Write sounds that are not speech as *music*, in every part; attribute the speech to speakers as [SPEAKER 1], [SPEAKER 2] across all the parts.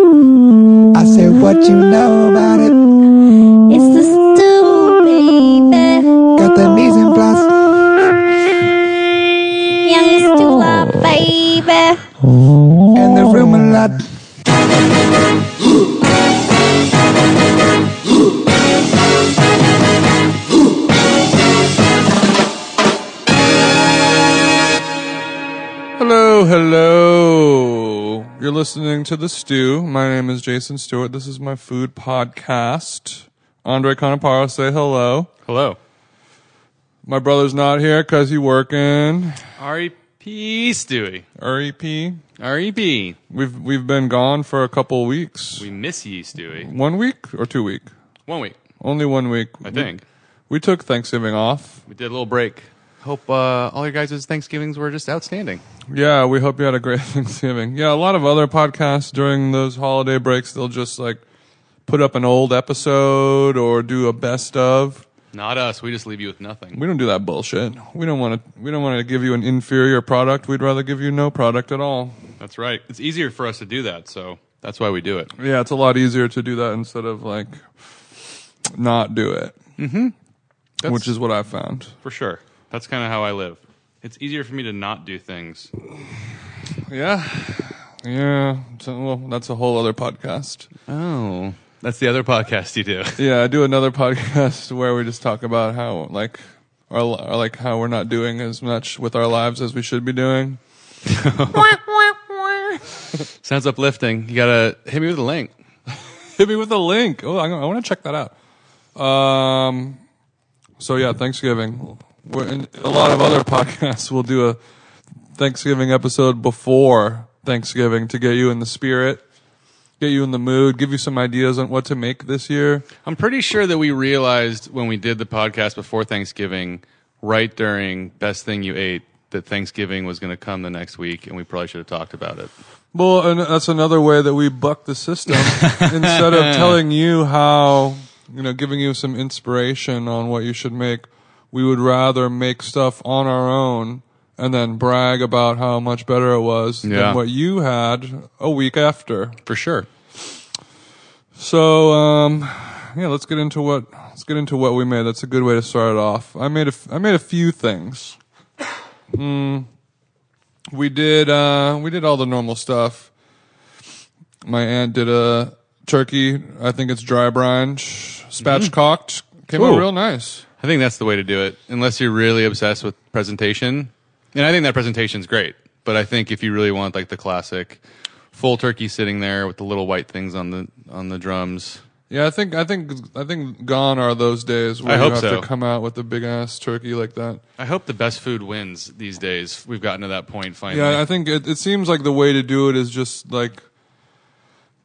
[SPEAKER 1] I said, what you know about it?
[SPEAKER 2] It's the stew, baby.
[SPEAKER 1] Got the mise en place.
[SPEAKER 2] Young stew, uh, baby.
[SPEAKER 1] And the room a lot.
[SPEAKER 3] Hello, hello. You're listening to The Stew. My name is Jason Stewart. This is my food podcast. Andre Conaparo, say hello.
[SPEAKER 4] Hello.
[SPEAKER 3] My brother's not here because he working.
[SPEAKER 4] R.E.P. E Stewie. E
[SPEAKER 3] REP. We've
[SPEAKER 4] R.E.P.
[SPEAKER 3] we've been gone for a couple weeks.
[SPEAKER 4] We miss you, Stewie.
[SPEAKER 3] One week or two week?
[SPEAKER 4] One week,
[SPEAKER 3] Only one week.
[SPEAKER 4] I think.
[SPEAKER 3] We took Thanksgiving off.
[SPEAKER 4] We did a little break. Hope uh, all your guys' Thanksgivings were just outstanding.
[SPEAKER 3] Yeah, we hope you had a great *laughs* Thanksgiving. Yeah, a lot of other podcasts during those holiday breaks, they'll just like put up an old episode or do a best of.
[SPEAKER 4] Not us. We just leave you with nothing.
[SPEAKER 3] We don't do that bullshit. We don't want to. We don't want to give you an inferior product. We'd rather give you no product at all.
[SPEAKER 4] That's right. It's easier for us to do that, so that's why we do it.
[SPEAKER 3] Yeah, it's a lot easier to do that instead of like not do it,
[SPEAKER 4] That's
[SPEAKER 3] which is what I found.
[SPEAKER 4] for sure. That's kind of how I live. It's easier for me to not do things.
[SPEAKER 3] Yeah, yeah. So, well, that's a whole other podcast.
[SPEAKER 4] Oh. That's the other *laughs* podcast you do.
[SPEAKER 3] Yeah, I do another *laughs* podcast where we just talk about how like our li- or, like how we're not doing as much with our lives as we should be doing.
[SPEAKER 4] Sounds uplifting. You gotta hit me with a link.
[SPEAKER 3] Hit me with a link. Oh, I, I want to check that out. Um, so yeah, Thanksgiving. We're in, a lot of other *laughs* podcasts will do a Thanksgiving episode before Thanksgiving to get you in the spirit, get you in the mood, give you some ideas on what to make this year.
[SPEAKER 4] I'm pretty sure that we realized when we did the podcast before Thanksgiving, right during Best Thing You Ate, that Thanksgiving was going to come the next week, and we probably should have talked about it.
[SPEAKER 3] Well, and that's another way that we buck the system. Instead of telling you how, you know, giving you some inspiration on what you should make, we would rather make stuff on our own and then brag about how much better it was
[SPEAKER 4] Yeah.
[SPEAKER 3] than what you had a week after.
[SPEAKER 4] For sure.
[SPEAKER 3] So, um, yeah, let's get into what let's get into what we made. That's a good way to start it off. I made a f- I made a few things. Mm, we did uh, we did all the normal stuff. My aunt did a turkey. I think it's dry brine sh- spatchcocked. Came out
[SPEAKER 4] Mm-hmm. Ooh.
[SPEAKER 3] real nice.
[SPEAKER 4] I think that's the way to do it, unless you're really obsessed with presentation. And I think that presentation's great, but I think if you really want like the classic full turkey sitting there with the little white things on the on the drums,
[SPEAKER 3] Yeah, I think I think I think gone are those days where
[SPEAKER 4] I
[SPEAKER 3] you
[SPEAKER 4] hope
[SPEAKER 3] have
[SPEAKER 4] so.
[SPEAKER 3] to come out with a big ass turkey like that.
[SPEAKER 4] I hope the best food wins these days. We've gotten to that point finally.
[SPEAKER 3] Yeah, I think it, it seems like the way to do it is just like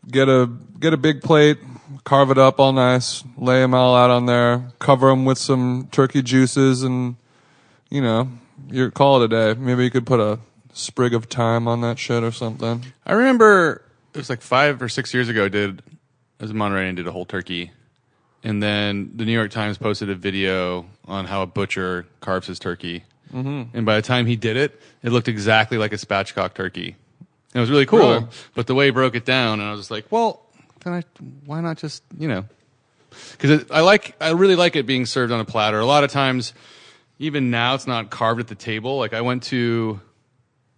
[SPEAKER 3] get a get a big plate, carve it up all nice, lay them all out on there, cover them with some turkey juices, and you know, your call it a day. Maybe you could put a sprig of thyme on that shit or something.
[SPEAKER 4] I remember it was like five or six years ago. I did I was in Monterey and did a whole turkey, and then the New York Times posted a video on how a butcher carves his turkey. Mm-hmm. And by the time he did it, it looked exactly like a spatchcock turkey. And it was really cool.
[SPEAKER 3] Really?
[SPEAKER 4] But the way he broke it down, and I was just like, well, then I why not just you know because I like I really like it being served on a platter. A lot of times, even now, it's not carved at the table. Like I went to,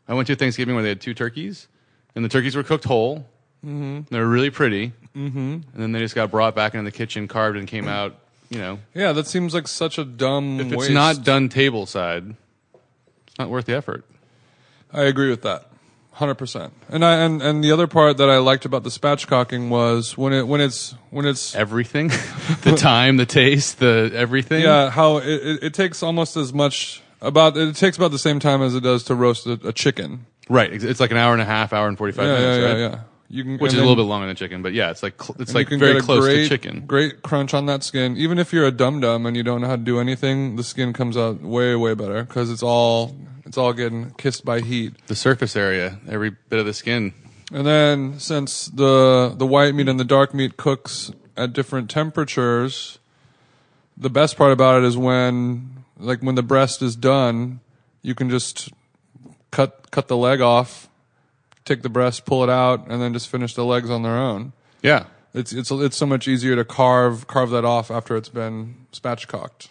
[SPEAKER 4] I went to Thanksgiving where they had two turkeys, and the turkeys were cooked whole. Mm-hmm. They were really pretty, mm-hmm. and then they just got brought back into the kitchen, carved, and came out. You know,
[SPEAKER 3] Yeah, that seems like such a dumb.
[SPEAKER 4] if
[SPEAKER 3] waste.
[SPEAKER 4] it's not done table side, it's not worth the effort.
[SPEAKER 3] I agree with that. 100%. And I and, and the other part that I liked about the spatchcocking was when it when it's when it's
[SPEAKER 4] Everything, *laughs* the time, the taste, the everything.
[SPEAKER 3] Yeah, how it, it, it takes almost as much about it takes about the same time as it does to roast a, a chicken.
[SPEAKER 4] right. It's- It's like an hour and a half, hour and forty-five
[SPEAKER 3] Yeah, yeah,
[SPEAKER 4] minutes.
[SPEAKER 3] yeah,
[SPEAKER 4] right?
[SPEAKER 3] yeah. You can,
[SPEAKER 4] Which
[SPEAKER 3] and
[SPEAKER 4] is a little
[SPEAKER 3] then
[SPEAKER 4] bit longer than chicken, but yeah, it's like cl- it's
[SPEAKER 3] you
[SPEAKER 4] like
[SPEAKER 3] can
[SPEAKER 4] very
[SPEAKER 3] get a
[SPEAKER 4] close
[SPEAKER 3] great,
[SPEAKER 4] to chicken.
[SPEAKER 3] Great crunch on that skin. Even if you're a dum dum and you don't know how to do anything, the skin comes out way way better because it's all it's all getting kissed by heat.
[SPEAKER 4] the surface area, every bit of the skin.
[SPEAKER 3] And then since the the white meat and the dark meat cooks at different temperatures, the best part about it is when like when the breast is done, you can just cut cut the leg off, take the breast, pull it out, and then just finish the legs on their own.
[SPEAKER 4] Yeah.
[SPEAKER 3] It's it's it's so much easier to carve carve that off after it's been spatchcocked.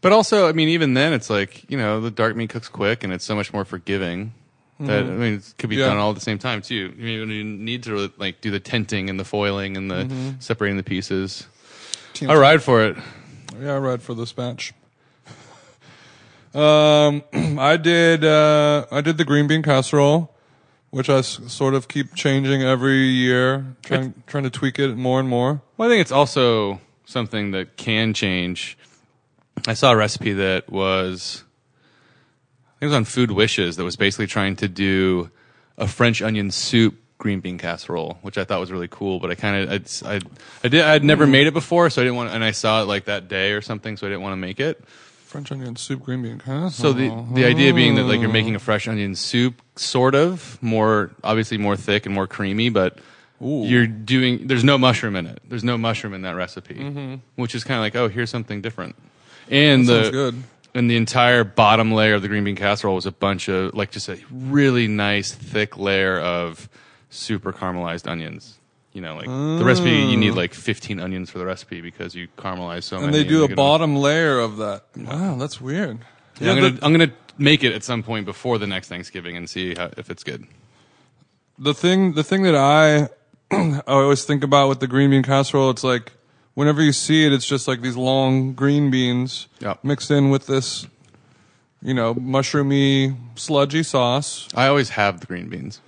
[SPEAKER 4] But also, I mean, even then, it's like you know, the dark meat cooks quick, and it's so much more forgiving. That I mean, it could be
[SPEAKER 3] Yeah.
[SPEAKER 4] done all at the same time too. You, mean, you need to really, like do the tenting and the foiling and the separating the pieces.
[SPEAKER 3] Team-
[SPEAKER 4] I ride for it.
[SPEAKER 3] Yeah, I read for this match. Um, *clears throat* I did. Uh, I did the green bean casserole, which I s- sort of keep changing every year, trying trying to tweak it more and more.
[SPEAKER 4] Well, I think it's also something that can change. I saw a recipe that was, I think it was on Food Wishes, that was basically trying to do a French onion soup green bean casserole, which I thought was really cool. But I kind of, I, I did, I'd never made it before, so I didn't want, and I saw it like that day or something, so I didn't want to make it.
[SPEAKER 3] French onion soup, green bean casserole.
[SPEAKER 4] So the the idea being that like you're making a fresh onion soup, sort of more obviously more thick and more creamy, but you're doing there's no mushroom in it. There's no mushroom in that recipe, which is kind of like oh here's something different. And
[SPEAKER 3] Mm-hmm. That
[SPEAKER 4] the
[SPEAKER 3] sounds good.
[SPEAKER 4] and the entire bottom layer of the green bean casserole was a bunch of like just a really nice thick layer of super caramelized onions. You know, like the recipe, you need like 15 onions for the recipe because you caramelize so many.
[SPEAKER 3] Oh. and they do
[SPEAKER 4] you
[SPEAKER 3] a
[SPEAKER 4] get
[SPEAKER 3] bottom layer of that. Wow, that's weird.
[SPEAKER 4] I'm
[SPEAKER 3] Yeah,
[SPEAKER 4] gonna I'm gonna make it at some point before the next Thanksgiving and see how, if it's good.
[SPEAKER 3] the thing the thing that I *clears throat* I always think about with the green bean casserole, it's like whenever you see it, it's just like these long green beans
[SPEAKER 4] Yep.
[SPEAKER 3] mixed in with this, you know, mushroomy sludgy sauce.
[SPEAKER 4] I always have the green beans.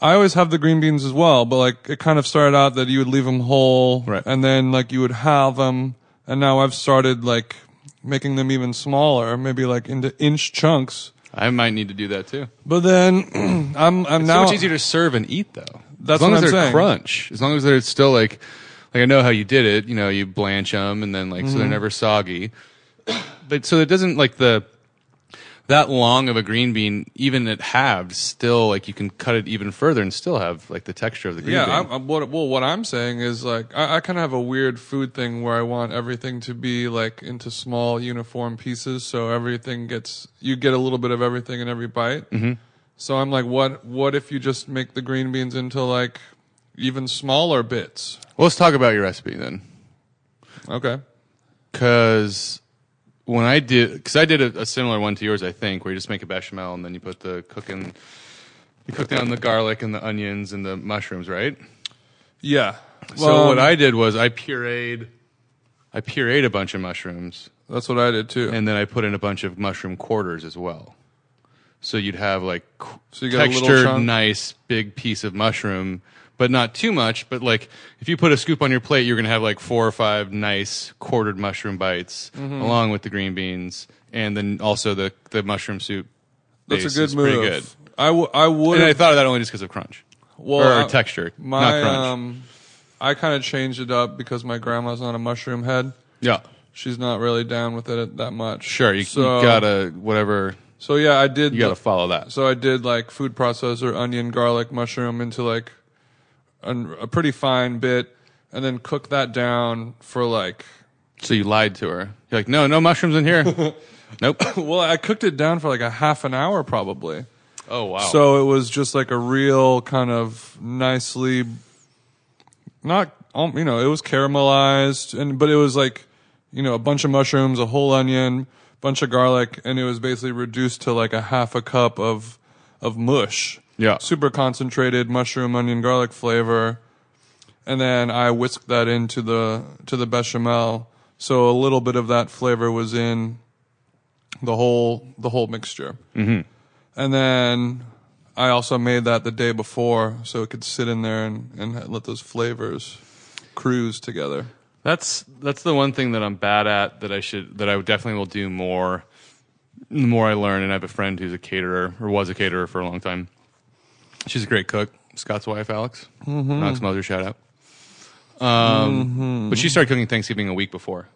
[SPEAKER 3] I always have the green beans as well, but like it kind of started out that you would leave them whole,
[SPEAKER 4] Right.
[SPEAKER 3] and then like you would have them, and now I've started like making them even smaller, maybe like into inch chunks.
[SPEAKER 4] I might need to do that too.
[SPEAKER 3] But then *clears throat* I'm I'm
[SPEAKER 4] It's
[SPEAKER 3] now
[SPEAKER 4] so much easier to serve and eat though.
[SPEAKER 3] That's
[SPEAKER 4] as long
[SPEAKER 3] what
[SPEAKER 4] as
[SPEAKER 3] I'm
[SPEAKER 4] they're
[SPEAKER 3] saying.
[SPEAKER 4] crunch. As long as they're still like like I know how you did it. You know, you blanch them and then like so
[SPEAKER 3] Mm-hmm.
[SPEAKER 4] they're never soggy. But so it doesn't like the that long of a green bean, even at halved, still like you can cut it even further and still have like the texture of the green
[SPEAKER 3] yeah,
[SPEAKER 4] bean.
[SPEAKER 3] I'm, I'm, what, well, what I'm saying is like I, I kind of have a weird food thing where I want everything to be like into small uniform pieces, so everything gets you get a little bit of everything in every bite. Mm-hmm. So I'm like, what what if you just make the green beans into like even smaller bits?
[SPEAKER 4] well, let's talk about your recipe then.
[SPEAKER 3] Okay,
[SPEAKER 4] because when I did, because I did a, a similar one to yours, I think, where you just make a bechamel and then you put the cooking, you cook down the garlic and the onions and the mushrooms, right?
[SPEAKER 3] yeah.
[SPEAKER 4] so what
[SPEAKER 3] Um,
[SPEAKER 4] I did was I pureed, I pureed a bunch of mushrooms
[SPEAKER 3] that's what I did too.
[SPEAKER 4] and then I put in a bunch of mushroom quarters as well. So you'd have like qu-
[SPEAKER 3] So you got a little
[SPEAKER 4] textured,
[SPEAKER 3] chunk.
[SPEAKER 4] nice, big piece of mushroom, but not too much. But like if you put a scoop on your plate, you're gonna have like four or five nice quartered mushroom bites,
[SPEAKER 3] Mm-hmm.
[SPEAKER 4] along with the green beans, and then also the the mushroom soup.
[SPEAKER 3] that's
[SPEAKER 4] base
[SPEAKER 3] a good
[SPEAKER 4] is pretty
[SPEAKER 3] move.
[SPEAKER 4] good.
[SPEAKER 3] I, w- I would
[SPEAKER 4] And I thought of that only just because of crunch or
[SPEAKER 3] I-
[SPEAKER 4] texture,
[SPEAKER 3] My
[SPEAKER 4] not crunch.
[SPEAKER 3] um, I kind of changed it up because my grandma's not a mushroom head.
[SPEAKER 4] yeah,
[SPEAKER 3] she's not really down with it that much.
[SPEAKER 4] sure. You,
[SPEAKER 3] So-
[SPEAKER 4] you gotta whatever.
[SPEAKER 3] So yeah, I did.
[SPEAKER 4] You gotta follow that.
[SPEAKER 3] so I did like food processor, onion, garlic, mushroom into like an, a pretty fine bit, and then cook that down for like.
[SPEAKER 4] So you lied to her. You're like, no, no mushrooms
[SPEAKER 3] *laughs*
[SPEAKER 4] in here. nope.
[SPEAKER 3] Well, I cooked it down for like a half an hour probably.
[SPEAKER 4] Oh wow.
[SPEAKER 3] So it was just like a real kind of nicely, not um, you know, it was caramelized, and but it was like you know a bunch of mushrooms, a whole onion, bunch of garlic, and it was basically reduced to like a half a cup of of mush.
[SPEAKER 4] Yeah.
[SPEAKER 3] super concentrated mushroom, onion, garlic flavor, and then I whisked that into the to the bechamel, so a little bit of that flavor was in the whole the whole mixture.
[SPEAKER 4] Mm-hmm.
[SPEAKER 3] And then I also made that the day before so it could sit in there and, and let those flavors cruise together.
[SPEAKER 4] That's that's the one thing that I'm bad at that I should that I definitely will do more the more I learn and I have a friend who's a caterer or was a caterer for a long time. She's a great cook, Scott's wife Alex. Alex Mother shout out. Um, but she started cooking Thanksgiving a week before.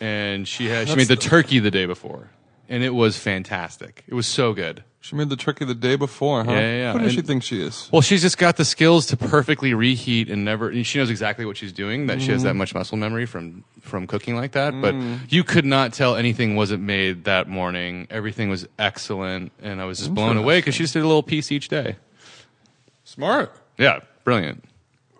[SPEAKER 4] And she had she made the turkey the day before. And it was fantastic. It was so good.
[SPEAKER 3] She made the turkey the day before, huh?
[SPEAKER 4] Yeah, yeah, yeah.
[SPEAKER 3] What does she
[SPEAKER 4] And-
[SPEAKER 3] think she is?
[SPEAKER 4] Well, she's just got the skills to perfectly reheat and never. And she knows exactly what she's doing. That she has that much muscle memory from from cooking like that. But you could not tell anything wasn't made that morning. Everything was excellent, and I was just blown away because she just did a little piece each day.
[SPEAKER 3] Smart.
[SPEAKER 4] Yeah, brilliant.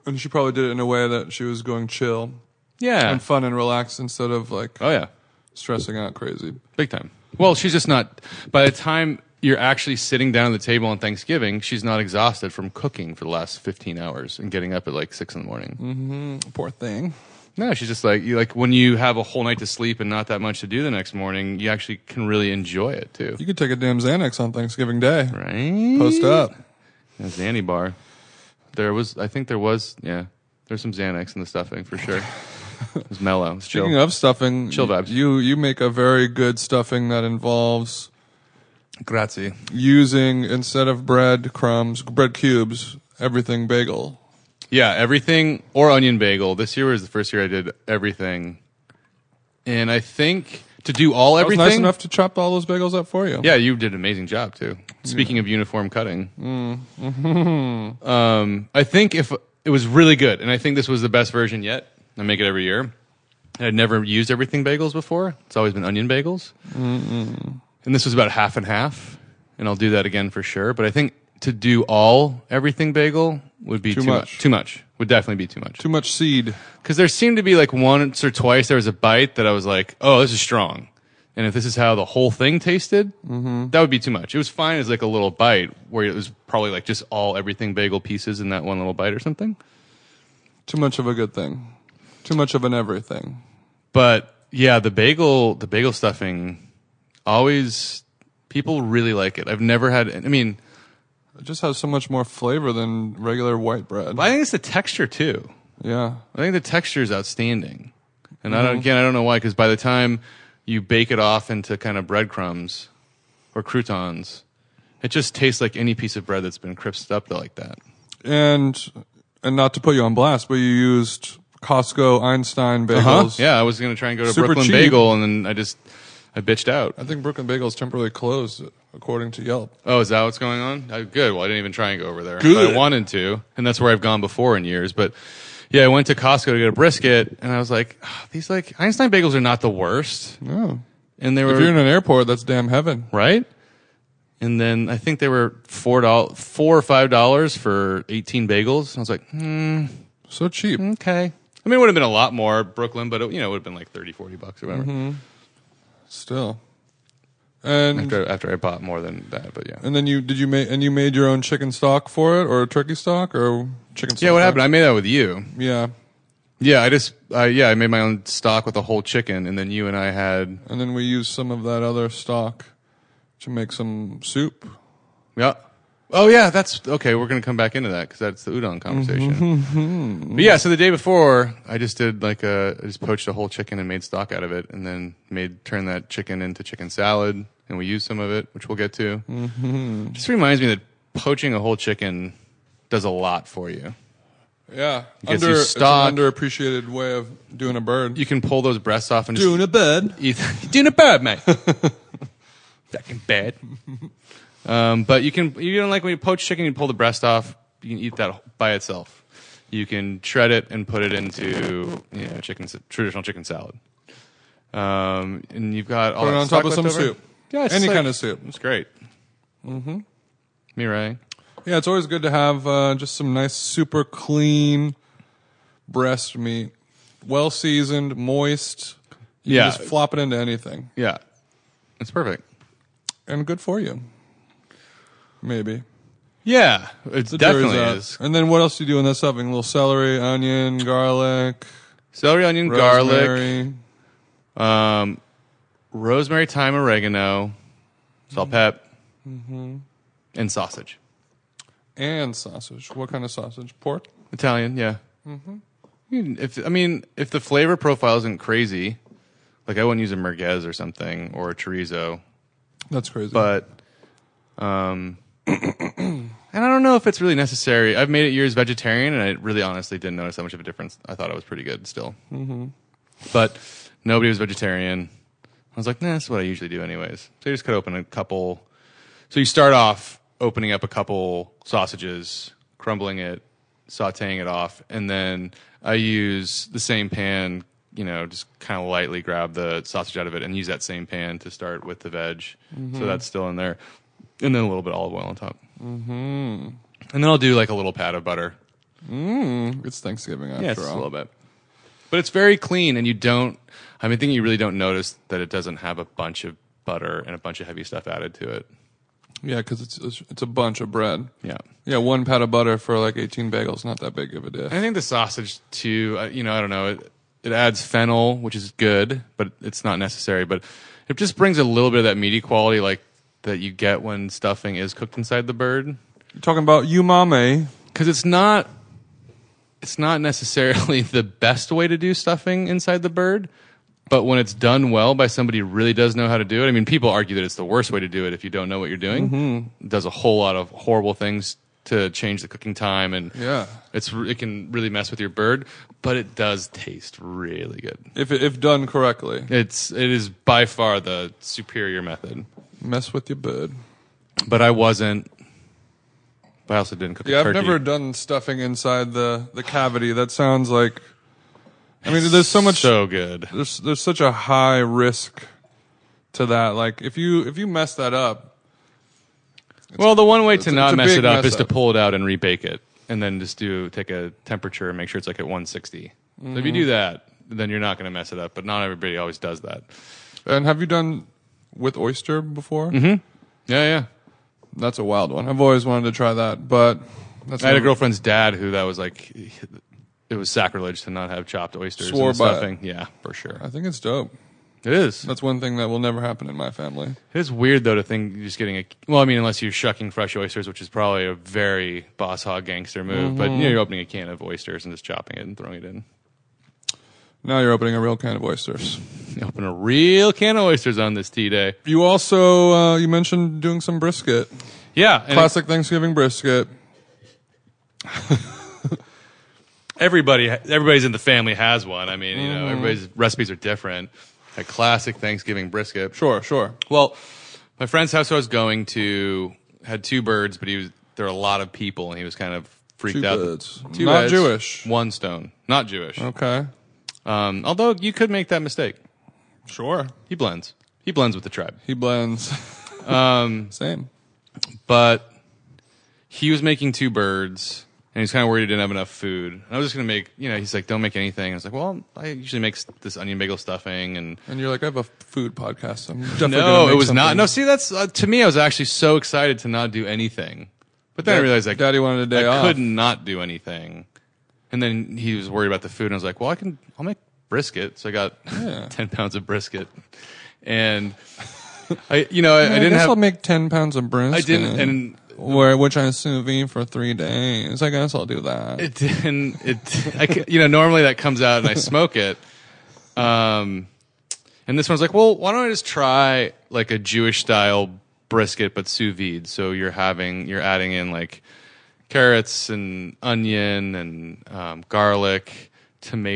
[SPEAKER 3] And she probably did it in a way that she was going chill
[SPEAKER 4] Yeah.
[SPEAKER 3] and fun and relaxed instead of like
[SPEAKER 4] oh yeah.
[SPEAKER 3] stressing out crazy.
[SPEAKER 4] Big time. Well, she's just not. By the time you're actually sitting down at the table on Thanksgiving, she's not exhausted from cooking for the last 15 hours and getting up at like six in the morning.
[SPEAKER 3] Poor thing.
[SPEAKER 4] No, she's just like you. Like when you have a whole night to sleep and not that much to do the next morning, you actually can really enjoy it too.
[SPEAKER 3] You could take a damn Xanax on Thanksgiving Day.
[SPEAKER 4] Right?
[SPEAKER 3] Post up.
[SPEAKER 4] That's the Annie bar. There was, I think there was, yeah, there's some Xanax in the stuffing for
[SPEAKER 3] *laughs*
[SPEAKER 4] sure. It's mellow. It's
[SPEAKER 3] Speaking
[SPEAKER 4] chill.
[SPEAKER 3] of stuffing,
[SPEAKER 4] Chill vibes.
[SPEAKER 3] You you make a very good stuffing that involves
[SPEAKER 4] Grazie.
[SPEAKER 3] using instead of bread crumbs, bread cubes, everything bagel.
[SPEAKER 4] Yeah, everything or onion bagel. This year was the first year I did everything, and I think to do all
[SPEAKER 3] I was
[SPEAKER 4] everything.
[SPEAKER 3] nice enough to chop all those bagels up for you.
[SPEAKER 4] Yeah, you did an amazing job too. Speaking of uniform cutting,
[SPEAKER 3] Mm-hmm.
[SPEAKER 4] um, I think if it was really good, and I think this was the best version yet. I make it every year. And I'd never used everything bagels before. It's always been onion bagels, and this was about half and half. And I'll do that again for sure. But I think to do all everything bagel would be
[SPEAKER 3] Too
[SPEAKER 4] too,
[SPEAKER 3] much.
[SPEAKER 4] much. Too much would definitely be too much
[SPEAKER 3] Too much seed.
[SPEAKER 4] because there seemed to be like once or twice there was a bite that I was like, oh, this is strong. And if this is how the whole thing tasted, that would be too much. It was fine as like a little bite where it was probably like just all everything bagel pieces in that one little bite or something.
[SPEAKER 3] Too much of a good thing. Too much of an everything.
[SPEAKER 4] But yeah, the bagel, the bagel stuffing, always people really like it. I've never had. I mean,
[SPEAKER 3] It just has so much more flavor than regular white bread.
[SPEAKER 4] I think it's the texture too.
[SPEAKER 3] Yeah.
[SPEAKER 4] I think the texture is outstanding. And I don't,
[SPEAKER 3] Mm-hmm.
[SPEAKER 4] again, I don't know why, because by the time you bake it off into kind of breadcrumbs or croutons, it just tastes like any piece of bread that's been crisped up like that.
[SPEAKER 3] And and not to put you on blast, but you used Costco Einstein bagels.
[SPEAKER 4] Uh-huh. Yeah, I was going to try and go to
[SPEAKER 3] Super
[SPEAKER 4] Brooklyn
[SPEAKER 3] cheap.
[SPEAKER 4] Bagel, and then I just, I bitched out.
[SPEAKER 3] I think Brooklyn Bagels temporarily closed according to Yelp.
[SPEAKER 4] Oh, is that what's going on? Oh, good. Well, I didn't even try and go over there.
[SPEAKER 3] Good.
[SPEAKER 4] But I wanted to, and that's where I've gone before in years. But yeah, I went to Costco to get a brisket, and I was like, "Ah, these like Einstein bagels are not the worst.
[SPEAKER 3] No.
[SPEAKER 4] And they were
[SPEAKER 3] If you're in an airport, that's damn heaven.
[SPEAKER 4] right? And then I think they were four dollars, four or five dollars for eighteen bagels. I was like, hmm,
[SPEAKER 3] So cheap.
[SPEAKER 4] okay. I mean, it would have been a lot more Brooklyn, but it, you know, it would have been like 30, 40 bucks or whatever.
[SPEAKER 3] Still. And
[SPEAKER 4] After, after I bought more than that, but yeah.
[SPEAKER 3] and then you did you make and you made your own chicken stock for it or turkey stock or chicken stock?
[SPEAKER 4] Yeah, what happened? I made that with you.
[SPEAKER 3] Yeah.
[SPEAKER 4] Yeah, I just, I yeah, I made my own stock with a whole chicken, and then you and I had,
[SPEAKER 3] And then we used some of that other stock to make some soup.
[SPEAKER 4] yeah. Oh yeah, that's okay. We're gonna come back into that because that's the udon conversation. but yeah, so the day before, I just did like a, I just poached a whole chicken and made stock out of it, and then made turn that chicken into chicken salad, and we used some of it, which we'll get to. Just reminds me that poaching a whole chicken does a lot for you.
[SPEAKER 3] Yeah.
[SPEAKER 4] Gets you
[SPEAKER 3] Under,
[SPEAKER 4] stock.
[SPEAKER 3] It's an underappreciated way of doing a bird.
[SPEAKER 4] You can pull those breasts off and just
[SPEAKER 3] a bird.
[SPEAKER 4] You *laughs* doing a
[SPEAKER 3] *laughs*
[SPEAKER 4] bird, mate. Fucking bad. Um, but you can you don't like when you poach chicken, you pull the breast off. You can eat that by itself. You can shred it and put it into you know chicken s- traditional chicken salad. Um, and you've got all
[SPEAKER 3] Put it
[SPEAKER 4] that
[SPEAKER 3] on
[SPEAKER 4] stock
[SPEAKER 3] top of some
[SPEAKER 4] left over.
[SPEAKER 3] soup.
[SPEAKER 4] Yeah, it's
[SPEAKER 3] Any
[SPEAKER 4] like-
[SPEAKER 3] kind of soup.
[SPEAKER 4] It's great. Mm-hmm. Me right.
[SPEAKER 3] Yeah, it's always good to have uh, just some nice, super clean breast meat, well seasoned, moist. You
[SPEAKER 4] Yeah.
[SPEAKER 3] can just flop it into anything,
[SPEAKER 4] Yeah, it's perfect.
[SPEAKER 3] and good for you. Maybe
[SPEAKER 4] Yeah, it
[SPEAKER 3] The jury's
[SPEAKER 4] definitely
[SPEAKER 3] out.
[SPEAKER 4] is.
[SPEAKER 3] And then what else do you do in that stuffing? A little celery, onion, garlic,
[SPEAKER 4] Celery, onion, garlic.
[SPEAKER 3] rosemary.
[SPEAKER 4] Um, rosemary, thyme, oregano, salt, pep, and sausage.
[SPEAKER 3] and sausage. What kind of sausage? Pork.
[SPEAKER 4] Italian, yeah. You can- If I mean, if the flavor profile isn't crazy, like I wouldn't use a merguez or something or a chorizo,
[SPEAKER 3] That's crazy.
[SPEAKER 4] but um, *clears throat* and I don't know if it's really necessary. I've made it years vegetarian, and I really honestly didn't notice that much of a difference. I thought I was pretty good still, but nobody was vegetarian. I was like, nah, that's what I usually do anyways. So you just cut open a couple. So you start off opening up a couple sausages, crumbling it, sautéing it off, and then I use the same pan. You know, just kind of lightly grab the sausage out of it and use that same pan to start Mm-hmm. with the veg. So that's still in there, and then a little bit of olive oil on top. and then I'll do like a little pat of butter.
[SPEAKER 3] It's Thanksgiving after
[SPEAKER 4] Yeah, just a
[SPEAKER 3] all.
[SPEAKER 4] little bit. But it's very clean, and you don't. I mean, I think you really don't notice that it doesn't have a bunch of butter and a bunch of heavy stuff added to it.
[SPEAKER 3] Yeah, because it's, it's it's a bunch of bread.
[SPEAKER 4] Yeah.
[SPEAKER 3] Yeah, one pat of butter for like 18 bagels. Not that big of a dish.
[SPEAKER 4] I think the sausage too. uh, You know, I don't know. It, it adds fennel, which is good, but it's not necessary. But it just brings a little bit of that meaty quality, like that you get when stuffing is cooked inside the bird,
[SPEAKER 3] Talking about umami.
[SPEAKER 4] because it's not. It's not necessarily *laughs* the best way to do stuffing inside the bird, but when it's done well by somebody who really does know how to do it. I mean, people argue that it's the worst way to do it if you don't know what you're doing.
[SPEAKER 3] Mm-hmm.
[SPEAKER 4] It does a whole lot of horrible things to change the cooking time and
[SPEAKER 3] Yeah.
[SPEAKER 4] it's it can really mess with your bird, but it does taste really good.
[SPEAKER 3] If if done correctly,
[SPEAKER 4] It's it is by far the superior method.
[SPEAKER 3] mess with your bird.
[SPEAKER 4] But I wasn't. But I also didn't cook.
[SPEAKER 3] Yeah,
[SPEAKER 4] a
[SPEAKER 3] I've
[SPEAKER 4] turkey.
[SPEAKER 3] never done stuffing inside the the cavity. That sounds like. I mean, there's so much.
[SPEAKER 4] so good.
[SPEAKER 3] there's there's such a high risk to that. Like if you if you mess that up,
[SPEAKER 4] Well, the one way to
[SPEAKER 3] it's a- it's
[SPEAKER 4] not
[SPEAKER 3] a
[SPEAKER 4] mess
[SPEAKER 3] big
[SPEAKER 4] it up
[SPEAKER 3] mess
[SPEAKER 4] is to
[SPEAKER 3] up.
[SPEAKER 4] pull it out and rebake it, and then just do take a temperature and make sure it's like at 160. So
[SPEAKER 3] Mm-hmm.
[SPEAKER 4] if you do that, then you're not going to mess it up. But not everybody always does that.
[SPEAKER 3] and have you done with oyster before?
[SPEAKER 4] Mm-hmm. Yeah, yeah.
[SPEAKER 3] That's a wild one. I've always wanted to try that, but that's
[SPEAKER 4] I had a
[SPEAKER 3] not-
[SPEAKER 4] girlfriend's dad who that was like, it was sacrilege to not have chopped oysters
[SPEAKER 3] Swore
[SPEAKER 4] and
[SPEAKER 3] by it. Uh,
[SPEAKER 4] stuffing. Yeah, for sure.
[SPEAKER 3] I think it's dope.
[SPEAKER 4] It is.
[SPEAKER 3] That's one thing that will never happen in my family.
[SPEAKER 4] It is weird though to think you're just getting a. Well, I mean, unless you're shucking fresh oysters, which is probably a very boss hog gangster move.
[SPEAKER 3] Mm-hmm.
[SPEAKER 4] But you know, you're opening a can of oysters and just chopping it and throwing it in. *laughs*
[SPEAKER 3] Now you're opening a real can of oysters.
[SPEAKER 4] You open a real can of oysters on this tea day.
[SPEAKER 3] You also uh, you mentioned doing some brisket,
[SPEAKER 4] Yeah, and
[SPEAKER 3] classic Thanksgiving brisket.
[SPEAKER 4] everybody, everybody's in the family has one. I mean, you know,
[SPEAKER 3] Mm-hmm.
[SPEAKER 4] everybody's recipes are different. A classic Thanksgiving brisket.
[SPEAKER 3] Sure, sure.
[SPEAKER 4] Well, my friend's house I was going to had two birds, but he was there were a lot of people, and he was kind of freaked
[SPEAKER 3] Two
[SPEAKER 4] out.
[SPEAKER 3] birds. Not Jewish.
[SPEAKER 4] One stone. Not Jewish.
[SPEAKER 3] Okay,
[SPEAKER 4] Um, although you could make that mistake.
[SPEAKER 3] sure.
[SPEAKER 4] He blends. He blends with the tribe.
[SPEAKER 3] He
[SPEAKER 4] *laughs*
[SPEAKER 3] blends. Um, Same.
[SPEAKER 4] But he was making two birds, and he's kind of worried he didn't have enough food. And I was just gonna make, you know, he's like, "Don't make anything." I was like, "Well, I usually make s- this onion bagel stuffing and."
[SPEAKER 3] And you're like, I have a food podcast. so I'm definitely gonna
[SPEAKER 4] No,
[SPEAKER 3] make
[SPEAKER 4] it was not.
[SPEAKER 3] something.
[SPEAKER 4] No, see, that's uh, to me. I was actually so excited to not do anything, but then I
[SPEAKER 3] Dad-
[SPEAKER 4] realized like
[SPEAKER 3] Daddy wanted a day
[SPEAKER 4] I
[SPEAKER 3] off.
[SPEAKER 4] could not do anything, and then he was worried about the food, and I was like, "Well, I can. I'll make brisket." So I got *laughs* ten pounds of brisket, and I, you know, I, I
[SPEAKER 3] I
[SPEAKER 4] didn't
[SPEAKER 3] guess I'll
[SPEAKER 4] have.
[SPEAKER 3] make ten pounds of brisket.
[SPEAKER 4] I didn't- and-
[SPEAKER 3] where which I sous vide for three days. I guess I'll do that.
[SPEAKER 4] It didn't. It. I, ca- you know, normally that comes out and I smoke it. Um, and this one's like, well, why don't I just try like a Jewish style brisket but sous vide? So you're having you're adding in like carrots and onion and um, garlic,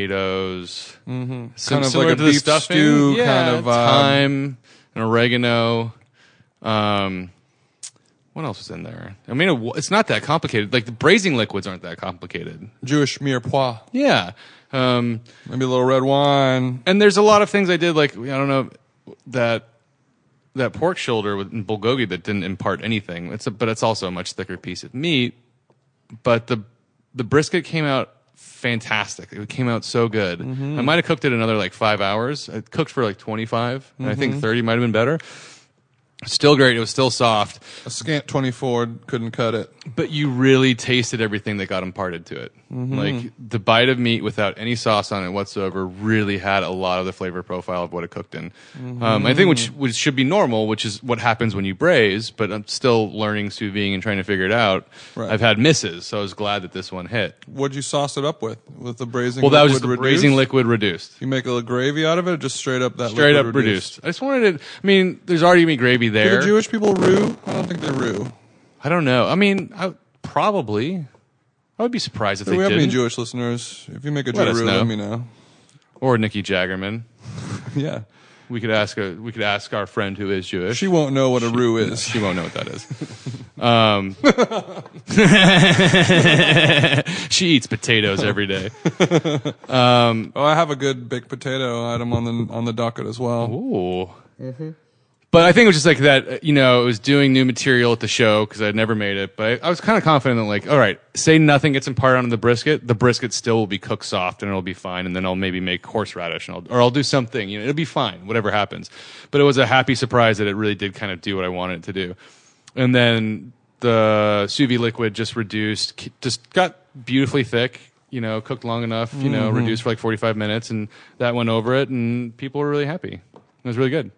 [SPEAKER 4] tomatoes, mm-hmm.
[SPEAKER 3] Kind of like a beef stew kind of um, vibe.
[SPEAKER 4] thyme and oregano. Um, what else is in there? I mean, it wa- it's not that complicated. Like the braising liquids aren't that complicated.
[SPEAKER 3] Jewish mirepoix,
[SPEAKER 4] Yeah. Um,
[SPEAKER 3] maybe a little red wine.
[SPEAKER 4] and there's a lot of things I did. Like I don't know that that pork shoulder with in bulgogi that didn't impart anything. It's a, but it's also a much thicker piece of meat. But the the brisket came out fantastic. It came out so good. I might have cooked it another like five hours. It cooked for like 25, and I think thirty might have been better. Still great. It was still soft,
[SPEAKER 3] A scant twenty four couldn't cut it.
[SPEAKER 4] but you really tasted everything that got imparted to it.
[SPEAKER 3] Mm-hmm.
[SPEAKER 4] Like the bite of meat without any sauce on it whatsoever really had a lot of the flavor profile of what it cooked in.
[SPEAKER 3] Mm-hmm.
[SPEAKER 4] Um, I think which which should be normal, which is what happens when you braise. But I'm still learning sous vide and trying to figure it out.
[SPEAKER 3] Right.
[SPEAKER 4] I've had misses, so I was glad that this one hit.
[SPEAKER 3] What'd you sauce it up with? With the braising?
[SPEAKER 4] Well, that was
[SPEAKER 3] liquid
[SPEAKER 4] just the
[SPEAKER 3] reduced?
[SPEAKER 4] braising liquid reduced.
[SPEAKER 3] You make a little gravy out of it, or just straight up that
[SPEAKER 4] Straight
[SPEAKER 3] liquid
[SPEAKER 4] up reduced. I just wanted to. I mean, there's already gonna be gravy
[SPEAKER 3] Do
[SPEAKER 4] there.
[SPEAKER 3] the Jewish people roux? I don't think they roux.
[SPEAKER 4] I don't know. I mean, I, probably. I would be surprised if
[SPEAKER 3] Do
[SPEAKER 4] they
[SPEAKER 3] we have any
[SPEAKER 4] didn't.
[SPEAKER 3] Jewish listeners? If you make a
[SPEAKER 4] Let us
[SPEAKER 3] gyro,
[SPEAKER 4] know.
[SPEAKER 3] let me know. *laughs*
[SPEAKER 4] or Nikki Jaggerman.
[SPEAKER 3] Yeah.
[SPEAKER 4] We could ask a, we could ask our friend who is Jewish.
[SPEAKER 3] She won't know what a roux is.
[SPEAKER 4] She won't know what that is.
[SPEAKER 3] *laughs*
[SPEAKER 4] Um, *laughs* she eats potatoes every day.
[SPEAKER 3] Oh, I have a good baked potato item on the on the docket as well.
[SPEAKER 4] Ooh. But I think it was just like that, you know, it was doing new material at the show because I'd never made it. But I, I was kind of confident that, like, all right, say nothing gets imparted onto the brisket. The brisket still will be cooked soft and it'll be fine. And then I'll maybe make horseradish and I'll, or I'll do something. You know, it'll be fine, whatever happens. But it was a happy surprise that it really did kind of do what I wanted it to do. And then the sous vide liquid just reduced, k- just got beautifully thick. You know, cooked long enough. You know, reduced for like forty-five minutes, and that went over it, and people were really happy. It was really good.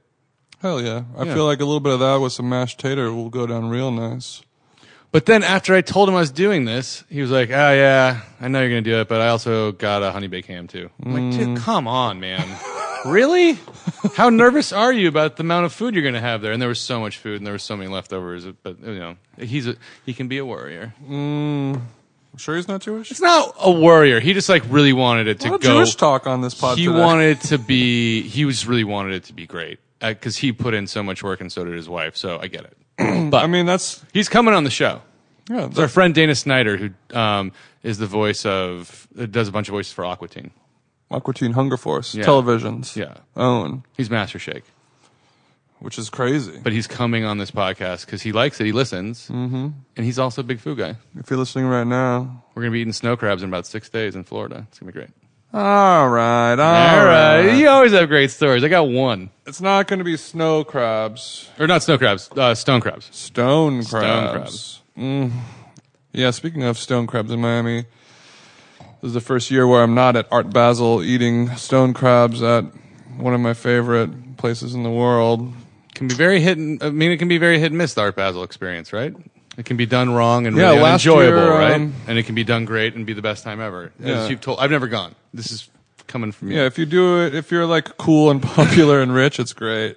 [SPEAKER 3] Hell yeah. I
[SPEAKER 4] Yeah.
[SPEAKER 3] feel like a little bit of that with some mashed tater will go down real nice.
[SPEAKER 4] But then after I told him I was doing this, he was like, "Oh yeah, I know you're gonna do it, but I also got a honey baked ham too." I'm like, "Dude, come on, man, really? How nervous are you about the amount of food you're gonna have there?" And there was so much food, and there was so many leftovers. But you know, he's a, he can be a warrior.
[SPEAKER 3] I'm sure he's not Jewish.
[SPEAKER 4] It's not a warrior. He just like really wanted it
[SPEAKER 3] a
[SPEAKER 4] to
[SPEAKER 3] lot of
[SPEAKER 4] go.
[SPEAKER 3] Jewish talk on this podcast.
[SPEAKER 4] he wanted it to be. He was really wanted it to be great because he put in so much work, and so did his wife. So I get it. But
[SPEAKER 3] I mean, that's
[SPEAKER 4] he's coming on the show.
[SPEAKER 3] yeah.
[SPEAKER 4] It's our
[SPEAKER 3] That,
[SPEAKER 4] friend Dana Snyder, who um, is the voice of, uh, does a bunch of voices for Aqua Teen.
[SPEAKER 3] Aqua Teen Hunger Force,
[SPEAKER 4] Yeah.
[SPEAKER 3] televisions,
[SPEAKER 4] Yeah.
[SPEAKER 3] own,
[SPEAKER 4] He's Master Shake,
[SPEAKER 3] which is crazy.
[SPEAKER 4] but he's coming on this podcast because he likes it. He listens, mm-hmm. and he's also a big food guy.
[SPEAKER 3] If you're listening right now,
[SPEAKER 4] We're gonna be eating snow crabs in about six days in Florida. It's gonna be great.
[SPEAKER 3] all right, all,
[SPEAKER 4] All right,
[SPEAKER 3] right.
[SPEAKER 4] you always have great stories. I got one,
[SPEAKER 3] It's not going to be snow crabs,
[SPEAKER 4] or not snow crabs, uh, stone crabs.
[SPEAKER 3] stone crabs.
[SPEAKER 4] crabs.
[SPEAKER 3] Mm. Yeah. Speaking of stone crabs in Miami, this is the first year where I'm not at Art Basel eating stone crabs at one of my favorite places in the world.
[SPEAKER 4] Can be very hit. And, I mean, it can be very hit and miss. The Art Basel experience, right? It can be done wrong and
[SPEAKER 3] Yeah,
[SPEAKER 4] really
[SPEAKER 3] last
[SPEAKER 4] enjoyable,
[SPEAKER 3] year,
[SPEAKER 4] right?
[SPEAKER 3] um,
[SPEAKER 4] and it can be done great and be the best time ever.
[SPEAKER 3] Yeah.
[SPEAKER 4] As you've told, I've never gone. This is coming from you.
[SPEAKER 3] Yeah, if you do it, if you're like cool and *laughs* popular and rich, it's great.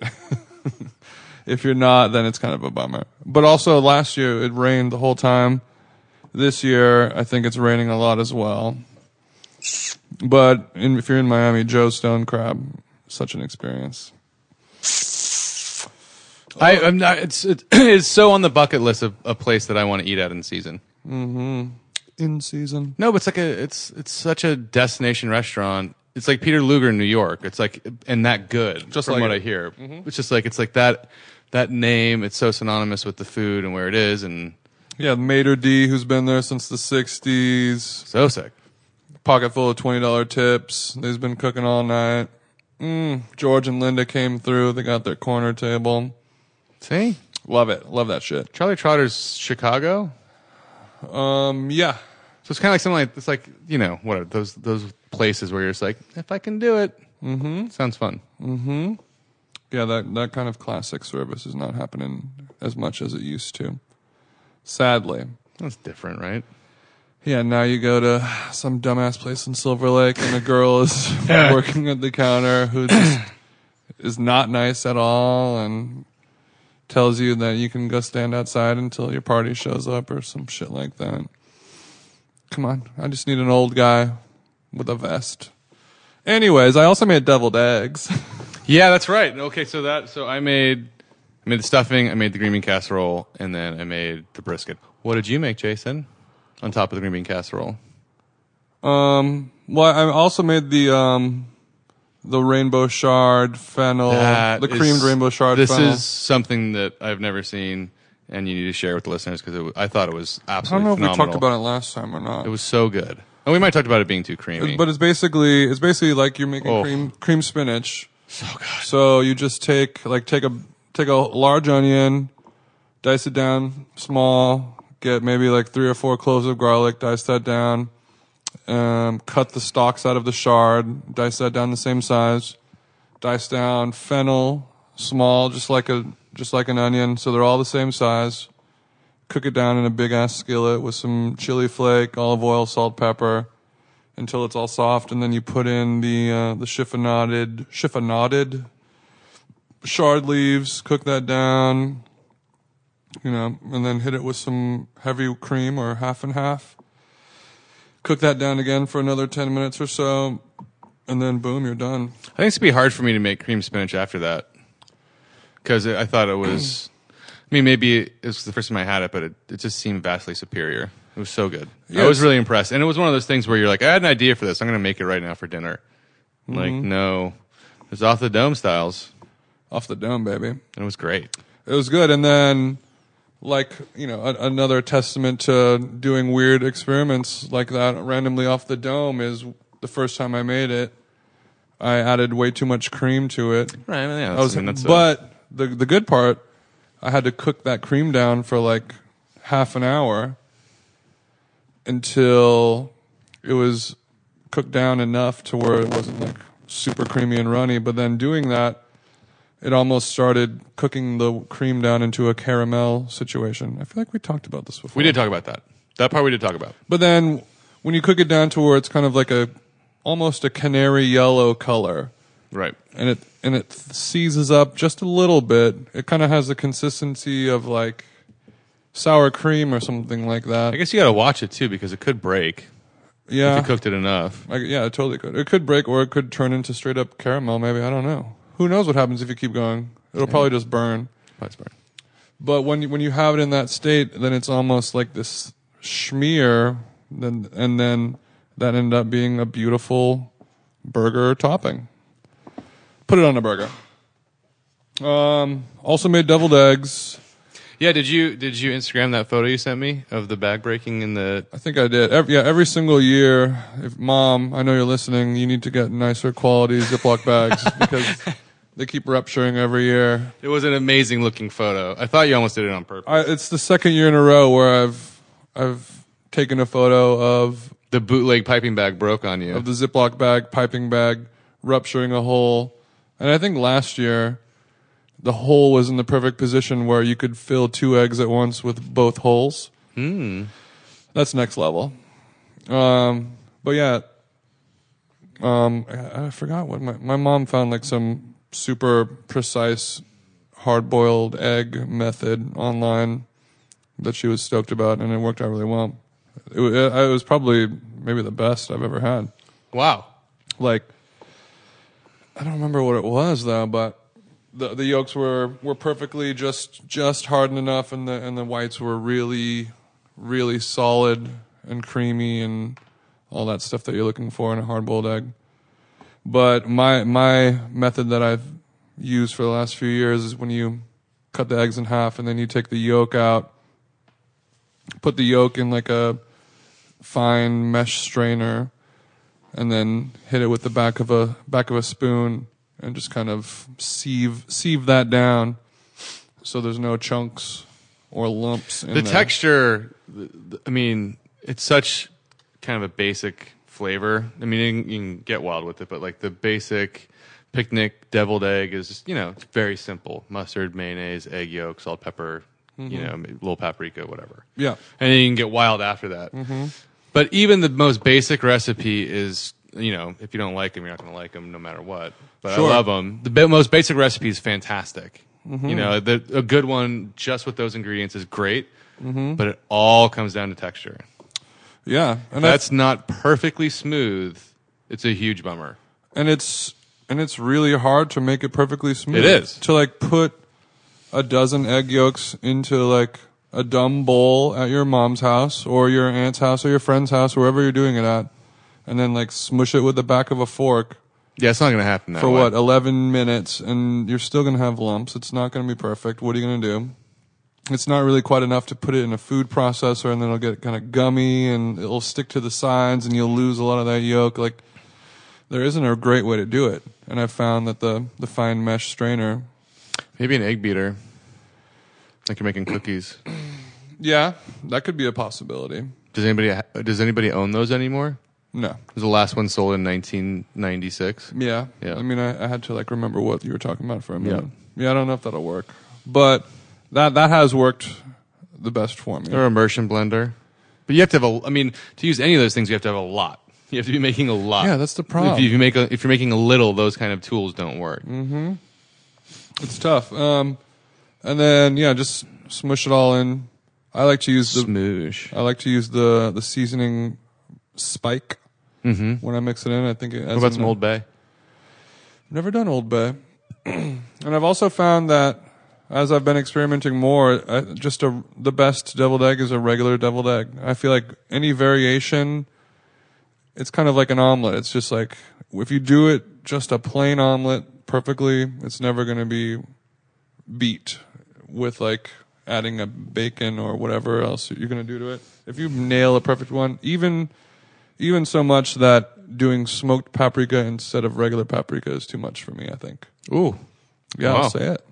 [SPEAKER 3] *laughs* if you're not, then it's kind of a bummer. But also, last year it rained the whole time. This year, I think it's raining a lot as well. But in, if you're in Miami, Joe Stone Crab, such an experience.
[SPEAKER 4] I, I'm not. It's it, *clears throat* it's so on the bucket list of a place that I want to eat at in season.
[SPEAKER 3] In season.
[SPEAKER 4] No, but it's like a it's it's such a destination restaurant. It's like Peter Luger in New York. It's like and that good. Just Mm-hmm. from
[SPEAKER 3] like
[SPEAKER 4] what
[SPEAKER 3] it.
[SPEAKER 4] I hear, it's just like it's like that that name. It's so synonymous with the food and where it is and
[SPEAKER 3] Yeah, Mater D, who's been there since the 60s.
[SPEAKER 4] so sick.
[SPEAKER 3] pocket full of twenty dollar tips. They've been cooking all night. Mm, George and Linda came through. They got their corner table.
[SPEAKER 4] See,
[SPEAKER 3] Love it. Love that shit.
[SPEAKER 4] Charlie Trotter's Chicago.
[SPEAKER 3] Um, yeah,
[SPEAKER 4] So it's kind of like something like it's like you know what are those those places where you're just like if I can do it, mm-hmm. sounds fun.
[SPEAKER 3] yeah. That that kind of classic service is not happening as much as it used to. Sadly.
[SPEAKER 4] That's different, right?
[SPEAKER 3] Yeah, now you go to some dumbass place in Silver Lake, and a girl is working at the counter who just is not nice at all, and tells you that you can go stand outside until your party shows up or some shit like that. Come on, I just need an old guy with a vest. Anyways, I also made deviled eggs. *laughs*
[SPEAKER 4] Yeah, that's right. Okay, so that so I made I made the stuffing, I made the green bean casserole, and then I made the brisket. What did you make, Jason? On top of the green bean casserole.
[SPEAKER 3] Um, well, I also made the um, the rainbow shard fennel,
[SPEAKER 4] That
[SPEAKER 3] Oh, the
[SPEAKER 4] is-
[SPEAKER 3] creamed rainbow shard.
[SPEAKER 4] This
[SPEAKER 3] fennel.
[SPEAKER 4] is something that I've never seen, and you need to share with the listeners because I thought it was
[SPEAKER 3] I don't
[SPEAKER 4] absolutely
[SPEAKER 3] know if we
[SPEAKER 4] phenomenal.
[SPEAKER 3] talked about it last time or not.
[SPEAKER 4] it. was so good, and we might talk about it being too creamy.
[SPEAKER 3] But it's basically it's basically like you're making
[SPEAKER 4] Oh.
[SPEAKER 3] cream cream spinach. So good. So you just take like take a take a large onion, dice it down small, get maybe like three or four cloves of garlic, dice that down, um, cut the stalks out of the shard, dice that down the same size, dice down fennel small, just like a just like an onion, so they're all the same size. Cook it down in a big ass skillet with some chili flake, olive oil, salt, pepper until it's all soft, and then you put in the uh, the chiffonaded chiffonaded shard leaves. Cook that down, you know, and then hit it with some heavy cream or half and half. Cook that down again for another ten minutes or so, and then boom, you're done.
[SPEAKER 4] I think it's gonna be hard for me to make cream spinach after that because I thought it was. I mean, maybe it was the first time I had it, but it, it just seemed vastly superior. It was so good. I was
[SPEAKER 3] it's-
[SPEAKER 4] really impressed, and it was one of those things where you're like, I had an idea for Mm-hmm. this. I'm gonna make it right now for dinner. Like, no, it's off the dome styles.
[SPEAKER 3] off the dome, baby.
[SPEAKER 4] it was great.
[SPEAKER 3] It was good. And then, like, you know, a- another testament to doing weird experiments like that randomly off the dome is the first time I made it, I added way too much cream to it.
[SPEAKER 4] Right. well, Yeah.
[SPEAKER 3] I was,
[SPEAKER 4] I mean, that's a-
[SPEAKER 3] but the the good part, I had to cook that cream down for like half an hour until it was cooked down enough to where it wasn't like super creamy and runny. But then doing that, it almost started cooking the cream down into a caramel situation. I feel like we talked about this before.
[SPEAKER 4] we did talk about that. That part we did talk about.
[SPEAKER 3] But then when you cook it down to where it's kind of like a almost a canary yellow color,
[SPEAKER 4] Right.
[SPEAKER 3] and it and it seizes up just a little bit. It kind of has the consistency of like sour cream or something like that.
[SPEAKER 4] I guess you got to watch it too because it could break
[SPEAKER 3] yeah,
[SPEAKER 4] if you cooked it enough.
[SPEAKER 3] I, yeah, it totally could. It could break or it could turn into straight up caramel. Maybe I don't know. Who knows what happens if you keep going? It'll probably just burn.
[SPEAKER 4] Probably smart.
[SPEAKER 3] But when you, when you have it in that state, then it's almost like this schmear. Then and then that ended up being a beautiful burger topping. Put it on a burger. Um, also made deviled eggs.
[SPEAKER 4] Yeah, did you did you Instagram that photo you sent me of the bag breaking in the
[SPEAKER 3] I think I did. Every, yeah, every single year. If mom, I know you're listening, you need to get nicer quality Ziploc bags because they keep rupturing every year.
[SPEAKER 4] It was an amazing looking photo. I thought you almost did it on purpose.
[SPEAKER 3] I, it's the second year in a row where I've I've taken a photo of
[SPEAKER 4] the bootleg piping bag broke on you.
[SPEAKER 3] of the Ziploc bag, piping bag, rupturing a hole. And I think last year, the hole was in the perfect position where you could fill two eggs at once with both holes. That's next level. Um, but yeah, um, I, I forgot what my, my mom found like some super precise hard boiled egg method online that she was stoked about, and it worked out really well. It, wa- it was probably maybe the best I've ever had
[SPEAKER 4] wow.
[SPEAKER 3] like I don't remember what it was though, but the the yolks were were perfectly just just hardened enough, and the and the whites were really really solid and creamy and all that stuff that you're looking for in a hard boiled egg. But my my method that I've used for the last few years is when you cut the eggs in half and then you take the yolk out, put the yolk in like a fine mesh strainer, and then hit it with the back of a back of a spoon and just kind of sieve sieve that down so there's no chunks or lumps in
[SPEAKER 4] The
[SPEAKER 3] there.
[SPEAKER 4] texture, th- th- I mean, it's such kind of a basic flavor. I mean, you can, you can get wild with it, but like the basic picnic deviled egg is just, you know, it's very simple. Mustard, mayonnaise, egg yolk, salt, pepper, you know, a little paprika, whatever.
[SPEAKER 3] Mm-hmm. yeah
[SPEAKER 4] and then you can get wild after that. But even the most basic recipe is, you know, if you don't like them, you're not going to like them no matter what. But
[SPEAKER 3] Sure.
[SPEAKER 4] I love them. The ba- most basic recipe is fantastic. You know, the, a good one just with those ingredients is great, but it all comes down to texture.
[SPEAKER 3] yeah and that's
[SPEAKER 4] That's not perfectly smooth. It's a huge bummer.
[SPEAKER 3] and it's and it's really hard to make it perfectly smooth.
[SPEAKER 4] It is.
[SPEAKER 3] to like put a dozen egg yolks into like a dumb bowl at your mom's house or your aunt's house or your friend's house, wherever you're doing it at, and then like smush it with the back of a fork
[SPEAKER 4] Yeah, it's not going to happen that
[SPEAKER 3] for
[SPEAKER 4] way.
[SPEAKER 3] what eleven minutes, and you're still gonna have lumps. It's not gonna be perfect. What are you gonna do? It's not really quite enough to put it in a food processor, and then it'll get kind of gummy, and it'll stick to the sides, and you'll lose a lot of that yolk. Like there isn't a great way to do it, and I found that the the fine mesh strainer.
[SPEAKER 4] Maybe an egg beater. Like you're making cookies.
[SPEAKER 3] Yeah, that could be a possibility.
[SPEAKER 4] Does anybody ha- does anybody own those anymore?
[SPEAKER 3] No.
[SPEAKER 4] It was the last one sold in 1996.
[SPEAKER 3] Yeah.
[SPEAKER 4] Yeah.
[SPEAKER 3] I mean, I, I had to like remember what you were talking about for a minute. Yeah. I don't know if that'll work, but that that has worked the best for me.
[SPEAKER 4] or immersion blender. But you have to have a. I mean, to use any of those things, you have to have a lot. *laughs* You have to be making a lot.
[SPEAKER 3] Yeah, that's the problem.
[SPEAKER 4] If you, if you make a, if you're making a little, those kind of tools don't work.
[SPEAKER 3] It's tough. Um, and then yeah, just smush it all in. I like to use the
[SPEAKER 4] Smoosh.
[SPEAKER 3] I like to use the the seasoning spike when I mix it in. I think it adds
[SPEAKER 4] Mm-hmm. What about
[SPEAKER 3] a-
[SPEAKER 4] some Old Bay?
[SPEAKER 3] Never done Old Bay, *clears throat* and I've also found that as I've been experimenting more, I, just a, the best deviled egg is a regular deviled egg. I feel like any variation it's kind of like an omelet. It's just like if you do it just a plain omelet perfectly, it's never going to be beat with like adding a bacon or whatever else you're going to do to it. If you nail a perfect one, even even so much that doing smoked paprika instead of regular paprika is too much for me, I think.
[SPEAKER 4] Ooh,
[SPEAKER 3] Yeah,
[SPEAKER 4] Wow.
[SPEAKER 3] I'll say it.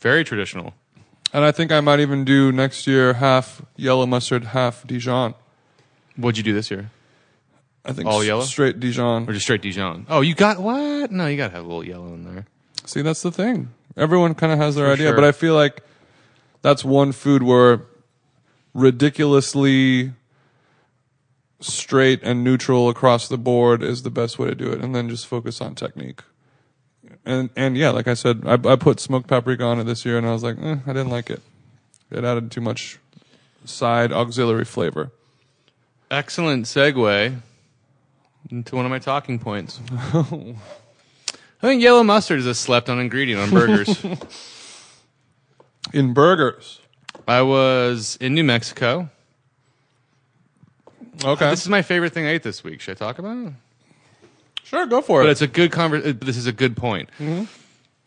[SPEAKER 4] very traditional.
[SPEAKER 3] And I think I might even do next year half yellow mustard, half Dijon.
[SPEAKER 4] What'd you do this year?
[SPEAKER 3] I think
[SPEAKER 4] All
[SPEAKER 3] s-
[SPEAKER 4] yellow?
[SPEAKER 3] straight Dijon.
[SPEAKER 4] Or just straight Dijon? Oh, you got what? No, you got to have a little yellow in there.
[SPEAKER 3] See, that's the thing. Everyone kind of has their
[SPEAKER 4] For
[SPEAKER 3] idea,
[SPEAKER 4] sure.
[SPEAKER 3] but I feel like that's one food where ridiculously straight and neutral across the board is the best way to do it, and then just focus on technique. And and yeah, like I said, I, I put smoked paprika on it this year, and I was like, eh, I didn't like it. It added too much side auxiliary flavor.
[SPEAKER 4] Excellent segue into one of my talking *laughs* points. Oh. I think yellow mustard is a slept on ingredient on *laughs* burgers.
[SPEAKER 3] In burgers,
[SPEAKER 4] I was in New Mexico.
[SPEAKER 3] okay,
[SPEAKER 4] This is my favorite thing I ate this week. Should I talk about it?
[SPEAKER 3] sure, go for
[SPEAKER 4] But
[SPEAKER 3] it.
[SPEAKER 4] it's a good conver- uh, This is a good point.
[SPEAKER 3] Mm-hmm.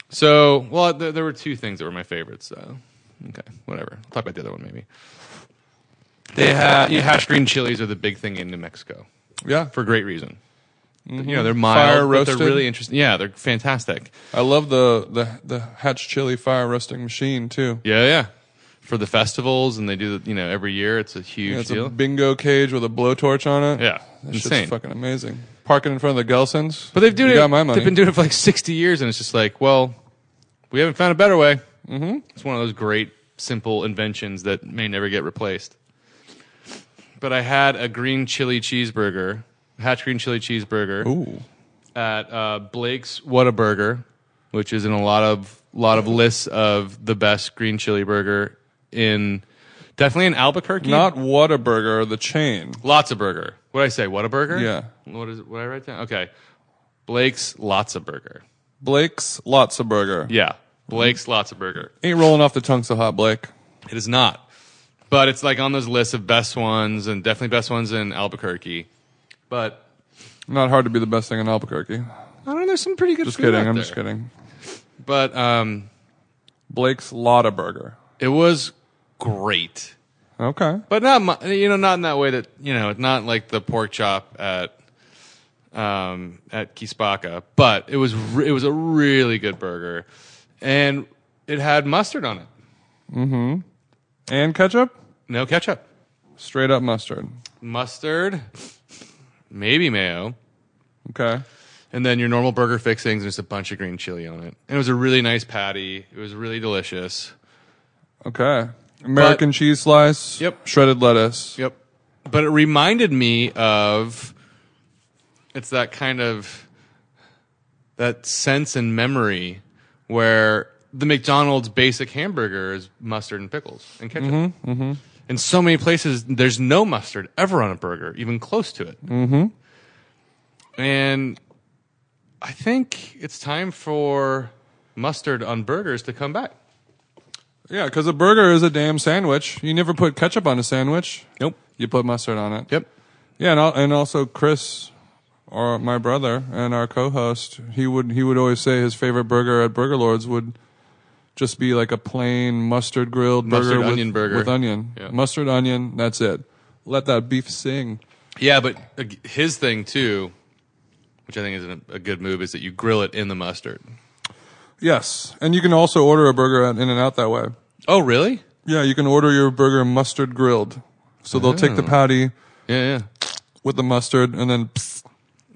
[SPEAKER 4] So, well, th- there were two things that were my favorites. So, okay, whatever. I'll talk about the other one maybe. They had you know, hash green chilies are the big thing in New Mexico
[SPEAKER 3] yeah,
[SPEAKER 4] for great reason. You know they're mild,
[SPEAKER 3] Fire
[SPEAKER 4] but they're
[SPEAKER 3] Mm-hmm. roasted.
[SPEAKER 4] really interesting. Yeah, they're fantastic.
[SPEAKER 3] I love the the the hatch chili fire roasting machine too.
[SPEAKER 4] Yeah, yeah. For the festivals, and they do the, you know every year. It's a huge
[SPEAKER 3] Yeah, it's
[SPEAKER 4] deal.
[SPEAKER 3] a bingo cage with a blowtorch on it.
[SPEAKER 4] yeah,
[SPEAKER 3] that
[SPEAKER 4] insane.
[SPEAKER 3] shit's fucking amazing. Parking in front of the Gelsons,
[SPEAKER 4] But they've doing
[SPEAKER 3] You
[SPEAKER 4] it.
[SPEAKER 3] Got my money.
[SPEAKER 4] They've been doing it for like sixty years, and it's just like, well, we haven't found a better way. Mm-hmm. It's one of those great, simple inventions that may never get replaced. But I had a green chili cheeseburger, hatch green chili cheeseburger
[SPEAKER 3] Ooh,
[SPEAKER 4] at uh, Blake's Whataburger, which is in a lot of lot of lists of the best green chili burger in definitely in Albuquerque.
[SPEAKER 3] not Whataburger, the chain.
[SPEAKER 4] lots of burger. What did I say? Whataburger.
[SPEAKER 3] Yeah.
[SPEAKER 4] What is? What did I write down? Okay. Blake's lots of burger.
[SPEAKER 3] Blake's Lots of Burger.
[SPEAKER 4] Yeah. Blake's Lots of Burger.
[SPEAKER 3] Ain't rolling off the tongue so hot, Blake.
[SPEAKER 4] It is not. But it's like on those lists of best ones and definitely best ones in Albuquerque. But
[SPEAKER 3] Not hard to be the best thing in Albuquerque.
[SPEAKER 4] I don't know, there's some pretty good
[SPEAKER 3] Just
[SPEAKER 4] food
[SPEAKER 3] kidding.
[SPEAKER 4] out
[SPEAKER 3] I'm
[SPEAKER 4] there.
[SPEAKER 3] just kidding.
[SPEAKER 4] But um
[SPEAKER 3] Blake's Lotta Burger.
[SPEAKER 4] it was great.
[SPEAKER 3] Okay.
[SPEAKER 4] But not mu- you know, not in that way that you know, it's not like the pork chop at um at Kisbaka, but it was re- it was a really good burger. And it had mustard on it.
[SPEAKER 3] And ketchup,
[SPEAKER 4] No ketchup.
[SPEAKER 3] straight up mustard.
[SPEAKER 4] Mustard, maybe mayo.
[SPEAKER 3] Okay.
[SPEAKER 4] and then your normal burger fixings and just a bunch of green chili on it. And it was a really nice patty. It was really delicious.
[SPEAKER 3] Okay. American cheese slice.
[SPEAKER 4] Yep.
[SPEAKER 3] Shredded lettuce.
[SPEAKER 4] Yep. But it reminded me of it's that kind of that sense and memory where the McDonald's basic hamburger is mustard and pickles and ketchup. Mm-hmm, In so many places, there's no mustard ever on a burger, even close to it. Mm-hmm. And I think it's time for mustard on burgers to come back.
[SPEAKER 3] Yeah, because a burger is a damn sandwich. You never put ketchup on a sandwich.
[SPEAKER 4] Nope.
[SPEAKER 3] You put mustard on it.
[SPEAKER 4] Yep.
[SPEAKER 3] Yeah, and, al- and also Chris, or my brother and our co-host, he would he would always say his favorite burger at Burger Lords would just be like a plain mustard grilled burger
[SPEAKER 4] Mustard
[SPEAKER 3] with
[SPEAKER 4] onion burger.
[SPEAKER 3] with onion,
[SPEAKER 4] Yeah.
[SPEAKER 3] mustard onion. That's it. Let that beef sing.
[SPEAKER 4] Yeah, but uh, his thing too, which I think is an- a good move, is that you grill it in the mustard.
[SPEAKER 3] Yes, and you can also order a burger at In and Out that way.
[SPEAKER 4] Oh, really?
[SPEAKER 3] Yeah, you can order your burger mustard grilled. So they'll take the
[SPEAKER 4] Oh.
[SPEAKER 3] patty
[SPEAKER 4] Yeah,
[SPEAKER 3] with the mustard and then psst,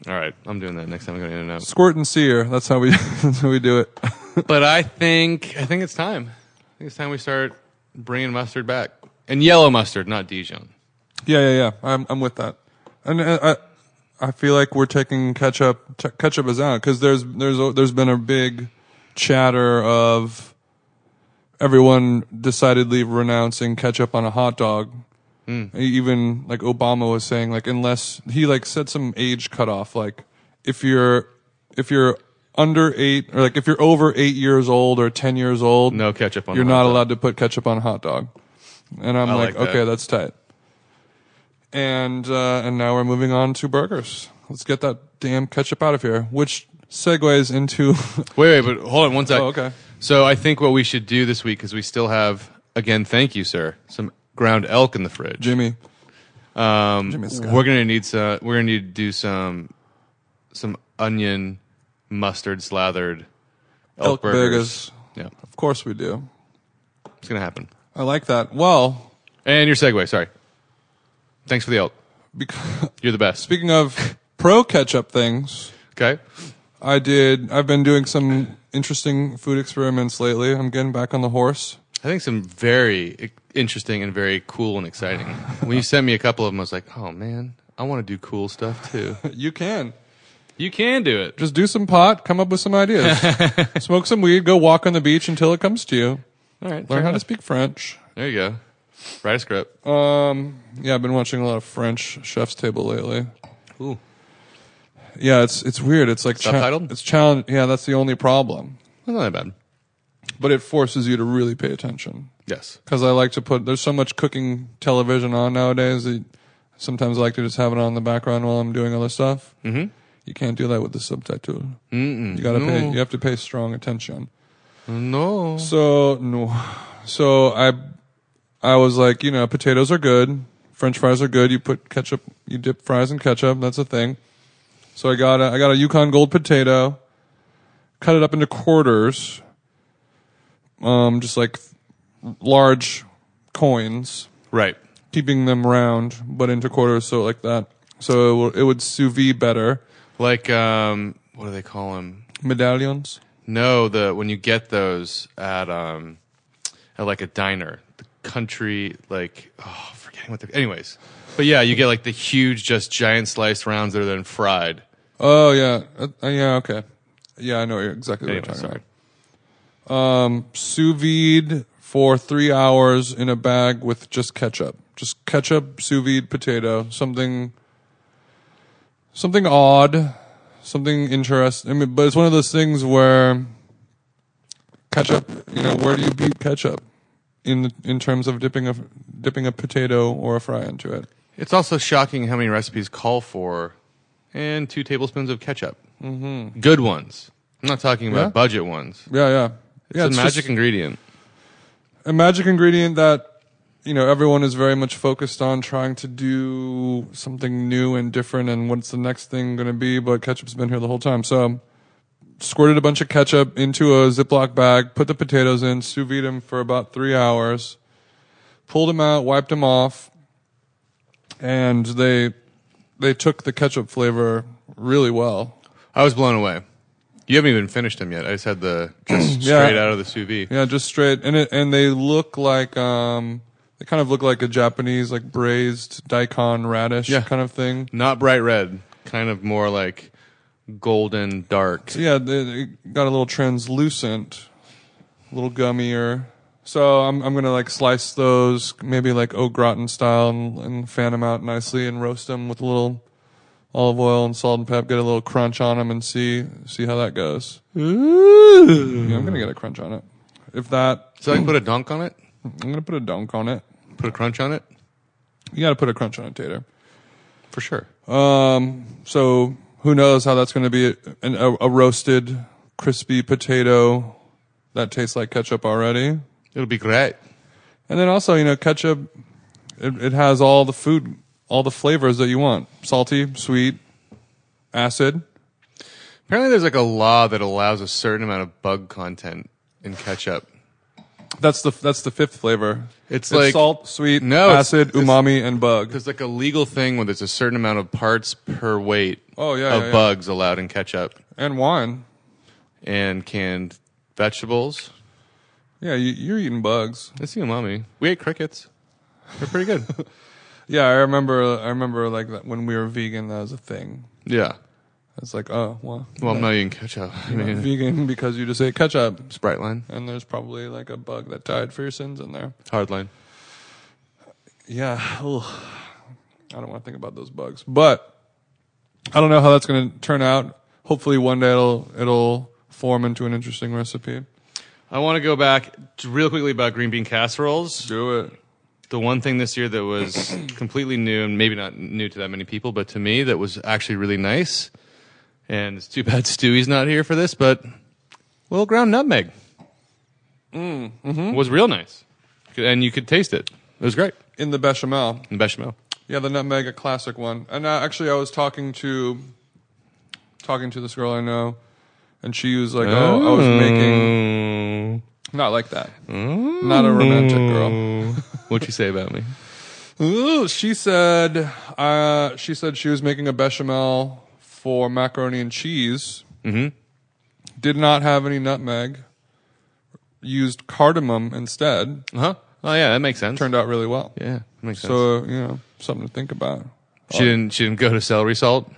[SPEAKER 4] yeah. All right, I'm doing that next time I go to In and Out.
[SPEAKER 3] squirt and sear. That's how we *laughs* that's how we do it.
[SPEAKER 4] *laughs* But I think I think it's time. I think it's time we start bringing mustard back and yellow mustard, not Dijon.
[SPEAKER 3] Yeah, yeah, yeah. I'm I'm with that, and uh, I I feel like we're taking ketchup t- ketchup is out because there's there's a- there's been a big chatter of everyone decidedly renouncing ketchup on a hot dog.
[SPEAKER 4] Hmm.
[SPEAKER 3] E, Even like Obama was saying, like unless he like said some age cutoff, like if you're if you're under eight or like if you're over eight years old or ten years old,
[SPEAKER 4] No ketchup on.
[SPEAKER 3] you're
[SPEAKER 4] the
[SPEAKER 3] not
[SPEAKER 4] hot dog.
[SPEAKER 3] allowed to put ketchup on a hot dog. And I'm
[SPEAKER 4] I
[SPEAKER 3] like,
[SPEAKER 4] like that.
[SPEAKER 3] okay, that's tight. And uh, and now we're moving on to burgers. Let's get that damn ketchup out of here, which segues into *laughs*
[SPEAKER 4] Wait, wait, but hold on one sec.
[SPEAKER 3] Oh, okay.
[SPEAKER 4] So I think what we should do this week because we still have again, thank you, sir, some ground elk in the fridge.
[SPEAKER 3] Jimmy.
[SPEAKER 4] Um,
[SPEAKER 3] Jimmy Scott.
[SPEAKER 4] we're gonna need some. We're gonna need to do some some onion mustard slathered elk,
[SPEAKER 3] Elk
[SPEAKER 4] burgers.
[SPEAKER 3] burgers.
[SPEAKER 4] Yeah,
[SPEAKER 3] Of course we do.
[SPEAKER 4] it's gonna happen.
[SPEAKER 3] I like that. Well,
[SPEAKER 4] And your segue. Sorry. Thanks for the elk.
[SPEAKER 3] because,
[SPEAKER 4] You're the
[SPEAKER 3] *laughs*
[SPEAKER 4] best.
[SPEAKER 3] speaking of pro ketchup things,
[SPEAKER 4] Okay.
[SPEAKER 3] I did. I've been doing some interesting food experiments lately. I'm getting back on the horse.
[SPEAKER 4] I think some very i- interesting and very cool and exciting. when you sent me a couple of them, I was like, oh man, I want to do cool stuff too.
[SPEAKER 3] You can.
[SPEAKER 4] *laughs* you can do it.
[SPEAKER 3] Just do some pot, come up with some
[SPEAKER 4] *laughs*
[SPEAKER 3] ideas. Smoke some weed, go walk on the beach until it comes to you.
[SPEAKER 4] All right.
[SPEAKER 3] Learn
[SPEAKER 4] fair
[SPEAKER 3] how to
[SPEAKER 4] enough.
[SPEAKER 3] speak French.
[SPEAKER 4] There you go. Write a script.
[SPEAKER 3] Um, yeah, I've been watching a lot of French Chef's Table lately.
[SPEAKER 4] Ooh.
[SPEAKER 3] Yeah, it's it's weird. It's like cha-
[SPEAKER 4] Subtitled?
[SPEAKER 3] it's challenge. Yeah, that's the only problem.
[SPEAKER 4] That's not that bad.
[SPEAKER 3] But it forces you to really pay attention
[SPEAKER 4] Yes.
[SPEAKER 3] because I like to put. There's so much cooking television on nowadays that sometimes I like to just have it on in the background while I'm doing other stuff. Mm-hmm. You can't do that with the subtitle. Mm-mm, you gotta pay.
[SPEAKER 4] no.
[SPEAKER 3] You have to pay strong attention.
[SPEAKER 4] No.
[SPEAKER 3] So no, so I, I was like, you know, potatoes are good, French fries are good. You put ketchup, you dip fries in ketchup. That's a thing. So I got a, I got a Yukon Gold potato, cut it up into quarters, um, just like large coins,
[SPEAKER 4] Right.
[SPEAKER 3] keeping them round but into quarters, so like that. So it, will, it would sous vide better.
[SPEAKER 4] Like, um, what do they call them?
[SPEAKER 3] Medallions.
[SPEAKER 4] No, the when you get those at um, at like a diner, the country like oh, forgetting what the anyways. But yeah, you get like the huge, just giant sliced rounds that are then fried.
[SPEAKER 3] Oh yeah, uh, uh, yeah okay, yeah I know exactly what
[SPEAKER 4] Anyway,
[SPEAKER 3] you're talking
[SPEAKER 4] sorry.
[SPEAKER 3] about. sous vide for three hours in a bag with just ketchup, just ketchup, sous vide potato, something, something odd, something interesting. I mean, but it's one of those things where ketchup, you know, where do you beat ketchup in in terms of dipping a dipping a potato or a fry into it?
[SPEAKER 4] It's also shocking how many recipes call for and two tablespoons of ketchup. Mm-hmm. Good ones. I'm not talking about
[SPEAKER 3] Yeah.
[SPEAKER 4] budget ones.
[SPEAKER 3] Yeah, yeah, yeah.
[SPEAKER 4] it's a magic
[SPEAKER 3] just-
[SPEAKER 4] ingredient.
[SPEAKER 3] a magic ingredient that you know everyone is very much focused on trying to do something new and different and what's the next thing going to be but ketchup's been here the whole time so squirted a bunch of ketchup into a ziploc bag put the potatoes in sous vide them for about three hours pulled them out wiped them off and they they took the ketchup flavor really well
[SPEAKER 4] I was blown away. You haven't even finished them yet. I just had the
[SPEAKER 3] *clears throat*
[SPEAKER 4] just
[SPEAKER 3] Yeah.
[SPEAKER 4] straight out of the sous vide.
[SPEAKER 3] Yeah, just straight, and it, and they look like um, they kind of look like a Japanese like braised daikon radish
[SPEAKER 4] Yeah.
[SPEAKER 3] kind of thing.
[SPEAKER 4] Not bright red, kind of more like golden dark.
[SPEAKER 3] So yeah, they, they got a little translucent, a little gummier. So I'm I'm gonna like slice those maybe like au gratin style and, and fan them out nicely and roast them with a little olive oil and salt and pep. Get a little crunch on them and see see how that goes. Yeah, I'm gonna get a crunch on it. If that,
[SPEAKER 4] So I can
[SPEAKER 3] *clears throat*
[SPEAKER 4] put a dunk on it,
[SPEAKER 3] I'm gonna put a dunk on it.
[SPEAKER 4] put a crunch on it,
[SPEAKER 3] You gotta put a crunch on it, Tater.
[SPEAKER 4] for sure.
[SPEAKER 3] Uh, So who knows how that's going to be an, a, a roasted, crispy potato that tastes like ketchup already.
[SPEAKER 4] It'll be great.
[SPEAKER 3] And then also, you know, ketchup, it, it has all the food, all the flavors that you want: salty, sweet, acid.
[SPEAKER 4] Apparently, there's like a law that allows a certain amount of bug content in ketchup.
[SPEAKER 3] That's the that's the fifth flavor.
[SPEAKER 4] It's like-
[SPEAKER 3] salt, sweet,
[SPEAKER 4] No, it's-
[SPEAKER 3] acid,
[SPEAKER 4] it's-
[SPEAKER 3] umami, and bug.
[SPEAKER 4] There's like a legal thing where there's a certain amount of parts per weight
[SPEAKER 3] Oh, yeah,
[SPEAKER 4] of
[SPEAKER 3] yeah, yeah.
[SPEAKER 4] bugs allowed in ketchup
[SPEAKER 3] And wine.
[SPEAKER 4] and canned vegetables.
[SPEAKER 3] Yeah, you, you're eating bugs.
[SPEAKER 4] It's the umami. We ate crickets. They're
[SPEAKER 3] *laughs*
[SPEAKER 4] pretty good.
[SPEAKER 3] Yeah, I remember. I remember like that when we were vegan, that was a thing.
[SPEAKER 4] yeah.
[SPEAKER 3] It's like, oh, well,
[SPEAKER 4] Well, I'm not eating ketchup. I
[SPEAKER 3] you're
[SPEAKER 4] mean,
[SPEAKER 3] vegan because you just ate ketchup.
[SPEAKER 4] Sprite line,
[SPEAKER 3] and there's probably like a bug that died for your sins in there.
[SPEAKER 4] hard line.
[SPEAKER 3] Yeah, ugh. I don't want to think about those bugs, but I don't know how that's going to turn out. Hopefully, one day it'll it'll form into an interesting recipe.
[SPEAKER 4] I want to go back t- real quickly about green bean casseroles.
[SPEAKER 3] Do it.
[SPEAKER 4] the one thing this year that
[SPEAKER 3] *clears throat*
[SPEAKER 4] was completely new and maybe not new to that many people, but to me that was actually really nice. And it's too bad *laughs* Stewie's not here for this, but little ground nutmeg
[SPEAKER 3] Mm-hmm.
[SPEAKER 4] was real nice, and you could taste it. It was great
[SPEAKER 3] in the bechamel.
[SPEAKER 4] in bechamel.
[SPEAKER 3] Yeah, the nutmeg, a classic one. And uh, actually, I was talking to talking to this girl I know, and she was like, "Oh, I was making
[SPEAKER 4] Mm.
[SPEAKER 3] not like that, not a romantic girl."
[SPEAKER 4] What'd you say about me?
[SPEAKER 3] Ooh, she said, uh, she said she was making a bechamel for macaroni and cheese. Mm-hmm. Did not have any nutmeg. Used cardamom instead.
[SPEAKER 4] Huh? Oh yeah, that makes sense.
[SPEAKER 3] Turned out really well.
[SPEAKER 4] yeah, that makes sense.
[SPEAKER 3] So you know, something to think about.
[SPEAKER 4] She didn't. She didn't go to celery salt.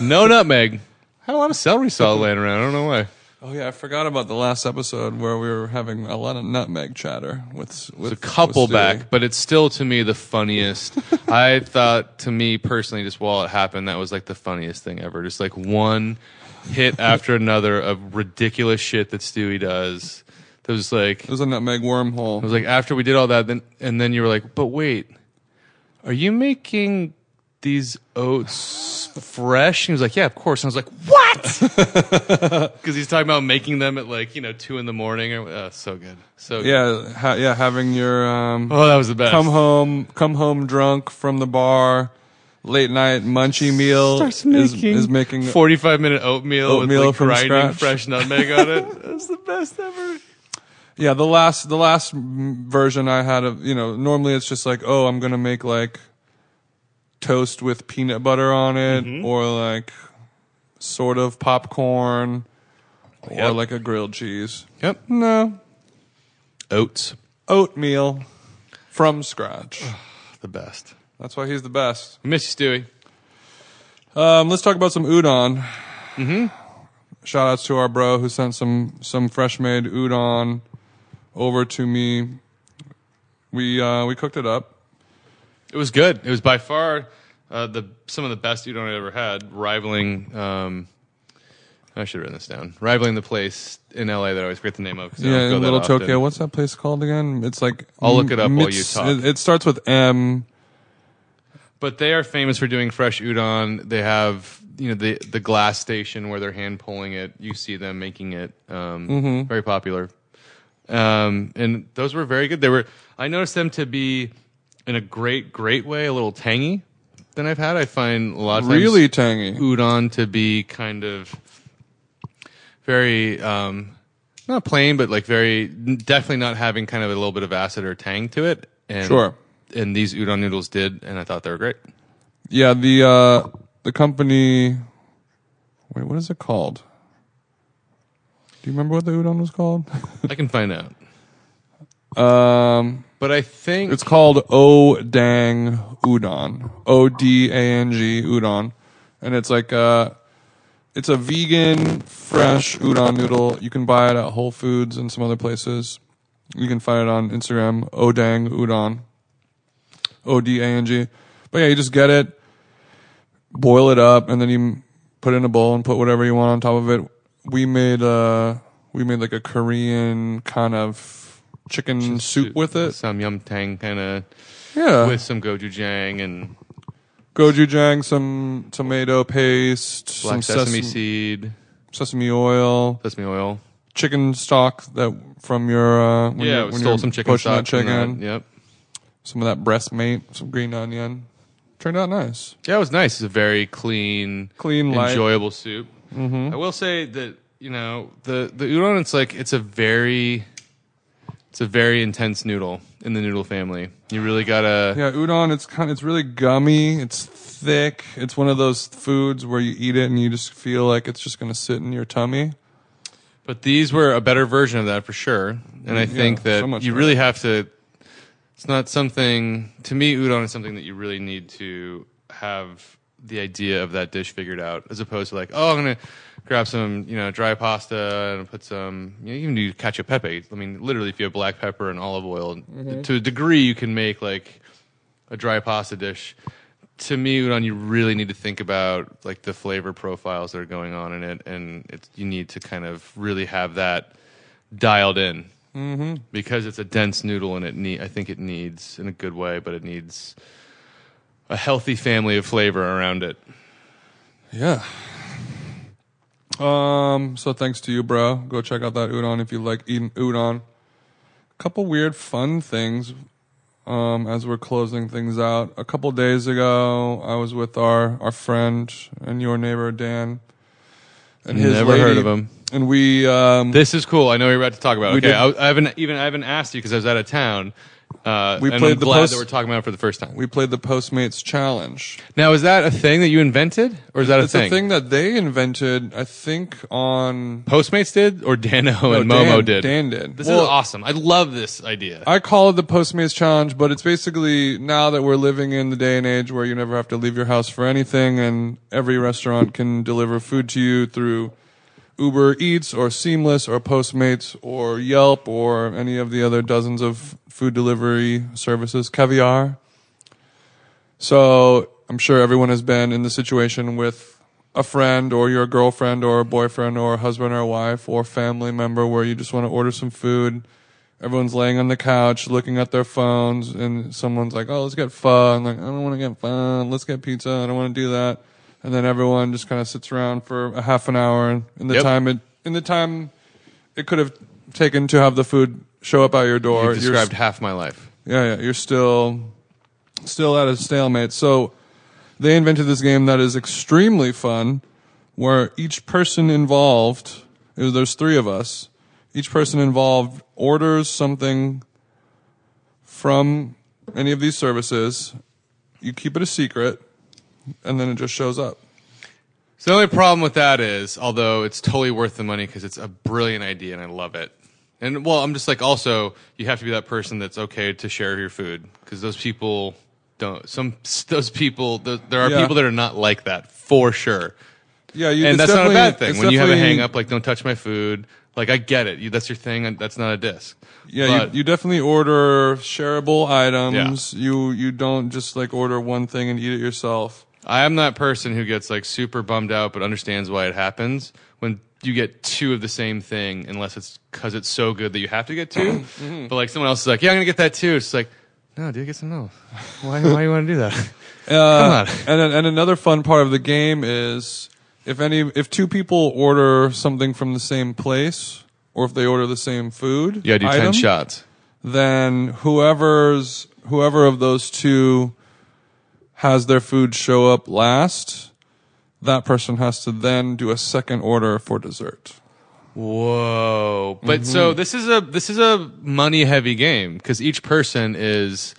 [SPEAKER 4] No nutmeg. *laughs* Had a lot of celery salt laying around. I don't know why.
[SPEAKER 3] Oh yeah, I forgot about the last episode where we were having a lot of nutmeg chatter with with
[SPEAKER 4] It's a couple
[SPEAKER 3] with Stewie.
[SPEAKER 4] back, but it's still to me the *laughs* funniest. I thought to me personally, just while it happened, that was like the funniest thing ever. Just like one hit after another of ridiculous shit that Stewie does. That was like
[SPEAKER 3] It was a nutmeg wormhole.
[SPEAKER 4] I was like, after we did all that, then and then you were like, but wait, are you making these oats fresh? And he was like, yeah, of course. And I was like, what?
[SPEAKER 3] *laughs*
[SPEAKER 4] Because he's talking about making them at like you know two in the morning. Or, uh, so good, so good.
[SPEAKER 3] yeah, ha- yeah, having your um,
[SPEAKER 4] Oh, that was the best.
[SPEAKER 3] come home, come home drunk from the bar, late night munchy meal
[SPEAKER 4] Starts
[SPEAKER 3] is, is making
[SPEAKER 4] forty-five minute oatmeal,
[SPEAKER 3] Oatmeal
[SPEAKER 4] with
[SPEAKER 3] from
[SPEAKER 4] like, grinding
[SPEAKER 3] scratch.
[SPEAKER 4] fresh nutmeg on it.
[SPEAKER 3] *laughs*
[SPEAKER 4] That's the best ever.
[SPEAKER 3] Yeah, the last the last m- version I had of you know normally it's just like oh I'm gonna make like toast with peanut butter on it or like sort of popcorn or
[SPEAKER 4] Yep.
[SPEAKER 3] like a grilled cheese.
[SPEAKER 4] Yep,
[SPEAKER 3] No
[SPEAKER 4] oats,
[SPEAKER 3] oatmeal from scratch.
[SPEAKER 4] the best.
[SPEAKER 3] That's why he's the best.
[SPEAKER 4] We miss you, Stewie.
[SPEAKER 3] Um, let's talk about some udon. Mm-hmm. Shout outs to our bro who sent some some fresh made udon over to me. We uh, we cooked it up.
[SPEAKER 4] It was good. It was by far uh, the some of the best udon I ever had, rivaling. Um, I should have written this down. Rivaling the place in LA that I always forget the name of. 'cause I
[SPEAKER 3] Yeah,
[SPEAKER 4] don't go
[SPEAKER 3] in
[SPEAKER 4] that
[SPEAKER 3] Little
[SPEAKER 4] often.
[SPEAKER 3] Tokyo. What's that place called again? It's like
[SPEAKER 4] I'll look it up while you
[SPEAKER 3] Mits-
[SPEAKER 4] talk.
[SPEAKER 3] It, it starts with M.
[SPEAKER 4] But they are famous for doing fresh udon. They have you know the the glass station where they're hand pulling it. You see them making it. Um,
[SPEAKER 3] Mm-hmm.
[SPEAKER 4] Very popular. Um, and those were very good. They were. I noticed them to be in a great great way a little tangy than I've had. I find a lot of times-
[SPEAKER 3] Really tangy.
[SPEAKER 4] udon to be kind of very um not plain but like very definitely not having kind of a little bit of acid or tang to it and
[SPEAKER 3] Sure.
[SPEAKER 4] and these udon noodles did and i thought they were great
[SPEAKER 3] Yeah, the uh, the company. Wait, what is it called? Do you remember what the udon was called? *laughs*
[SPEAKER 4] i can find out
[SPEAKER 3] Um,
[SPEAKER 4] but i think
[SPEAKER 3] it's called O Dang Udon. O D A N G Udon, and it's like uh, it's a vegan fresh udon noodle. You can buy it at Whole Foods and some other places. You can find it on Instagram. O Dang Udon. O D A N G. But yeah, you just get it, boil it up, and then you put it in a bowl and put whatever you want on top of it. We made uh we made like a Korean kind of chicken soup with it. Uh,
[SPEAKER 4] some yum tang kind of
[SPEAKER 3] Yeah.
[SPEAKER 4] with some gochujang and
[SPEAKER 3] gochujang, some tomato paste,
[SPEAKER 4] black
[SPEAKER 3] some sesame,
[SPEAKER 4] sesame seed
[SPEAKER 3] sesame oil,
[SPEAKER 4] sesame oil
[SPEAKER 3] chicken stock that from your uh, when
[SPEAKER 4] yeah
[SPEAKER 3] you
[SPEAKER 4] we stole some chicken
[SPEAKER 3] that
[SPEAKER 4] stock from that.
[SPEAKER 3] chicken,
[SPEAKER 4] yep
[SPEAKER 3] some of that breast meat, some green onion. Turned out nice.
[SPEAKER 4] Yeah, it was nice. It's a very clean,
[SPEAKER 3] Clean, light. Mm-hmm.
[SPEAKER 4] enjoyable soup. I will say that you know the the udon. It's like it's a very it's a very intense noodle in the noodle family. You really gotta
[SPEAKER 3] Yeah, udon. It's kind. It's really gummy. It's thick. It's one of those foods where you eat it and you just feel like it's just gonna sit in your tummy.
[SPEAKER 4] But these were a better version of that for sure. And I think
[SPEAKER 3] so
[SPEAKER 4] that
[SPEAKER 3] much
[SPEAKER 4] you really have to. It's not something. To me, udon is something that you really need to have the idea of that dish figured out, as opposed to like, oh, I'm gonna grab some, you know, dry pasta and put some. You know, you can do cacio e pepe. I mean, literally, if you have black pepper and olive oil,
[SPEAKER 3] Mm-hmm.
[SPEAKER 4] to a degree, you can make like a dry pasta dish. To me, udon, you really need to think about like the flavor profiles that are going on in it, and it's, you need to kind of really have that dialed in.
[SPEAKER 3] Mm-hmm.
[SPEAKER 4] because it's a dense noodle and it need, I think it needs in a good way, but it needs a healthy family of flavor around it.
[SPEAKER 3] Yeah. Um. So thanks to you, bro. Go check out that udon if you like eating udon. Couple weird fun things. Um, as we're closing things out, a couple days ago, I was with our our friend and your neighbor Dan, and
[SPEAKER 4] Never heard of him.
[SPEAKER 3] And we um,
[SPEAKER 4] This is cool. I know you're about to talk about. it.
[SPEAKER 3] We
[SPEAKER 4] Okay,
[SPEAKER 3] did-
[SPEAKER 4] I, I haven't even I haven't asked you because I was out of town. Uh,
[SPEAKER 3] We
[SPEAKER 4] and
[SPEAKER 3] played
[SPEAKER 4] I'm
[SPEAKER 3] the
[SPEAKER 4] glad
[SPEAKER 3] post-
[SPEAKER 4] that we're talking about it for the first time.
[SPEAKER 3] we played the Postmates challenge.
[SPEAKER 4] Now, is that a thing that you invented, or is that a
[SPEAKER 3] It's
[SPEAKER 4] thing?
[SPEAKER 3] a thing that they invented, I think, on
[SPEAKER 4] Postmates did, or Dano and
[SPEAKER 3] No,
[SPEAKER 4] Momo
[SPEAKER 3] Dan-
[SPEAKER 4] did.
[SPEAKER 3] Dan did.
[SPEAKER 4] This
[SPEAKER 3] Well-
[SPEAKER 4] is awesome. I love this idea.
[SPEAKER 3] I call it the Postmates challenge, but it's basically now that we're living in the day and age where you never have to leave your house for anything, and every restaurant can deliver food to you through Uber Eats or Seamless or Postmates or Yelp or any of the other dozens of food delivery services, caviar. So I'm sure everyone has been in the situation with a friend or your girlfriend or a boyfriend or a husband or a wife or family member where you just want to order some food. Everyone's laying on the couch looking at their phones and someone's like, Oh, let's get pho. And like, I don't want to get pho. Let's get pizza. I don't want to do that. And then everyone just kind of sits around for a half an hour and in the
[SPEAKER 4] Yep.
[SPEAKER 3] time it, in the time it could have taken to have the food show up at your door.
[SPEAKER 4] you
[SPEAKER 3] you're
[SPEAKER 4] described half my life.
[SPEAKER 3] yeah, yeah, you're still still at a stalemate. So they invented this game that is extremely fun, where each person involved, it was- there's three of us, each person involved orders something from any of these services. You keep it a secret, and then it just shows up.
[SPEAKER 4] So the only problem with that is, although it's totally worth the money because it's a brilliant idea and I love it. And well, I'm just like also you have to be that person that's okay to share your food because those people don't. Some those people th there are
[SPEAKER 3] Yeah.
[SPEAKER 4] people that are not like that for sure.
[SPEAKER 3] Yeah, you, it's
[SPEAKER 4] And that's not a
[SPEAKER 3] definitely-
[SPEAKER 4] bad thing.
[SPEAKER 3] it's
[SPEAKER 4] When you have a
[SPEAKER 3] definitely-
[SPEAKER 4] hang up, like don't touch my food. Like I get it. You, that's your thing. And that's not a disc.
[SPEAKER 3] Yeah,
[SPEAKER 4] But-
[SPEAKER 3] you, you definitely order shareable items. You you don't just like order one thing and eat it yourself.
[SPEAKER 4] I am that person who gets like super bummed out but understands why it happens when you get two of the same thing unless it's because it's so good that you have to get 2
[SPEAKER 3] Mm-hmm.
[SPEAKER 4] But like someone else is like, yeah, I'm gonna get that too. It's like, no, dude, get something else. *laughs* Why? Why you want to do that?
[SPEAKER 3] *laughs* Uh,
[SPEAKER 4] Come
[SPEAKER 3] and and another fun part of the game is if any if two people order something from the same place or if they order the same food,
[SPEAKER 4] Yeah, do
[SPEAKER 3] item,
[SPEAKER 4] ten shots.
[SPEAKER 3] Then whoever's whoever of those two has their food show up last, that person has to then do a second order for dessert.
[SPEAKER 4] Whoa! But
[SPEAKER 3] Mm-hmm.
[SPEAKER 4] so this is a this is a money heavy game because each person is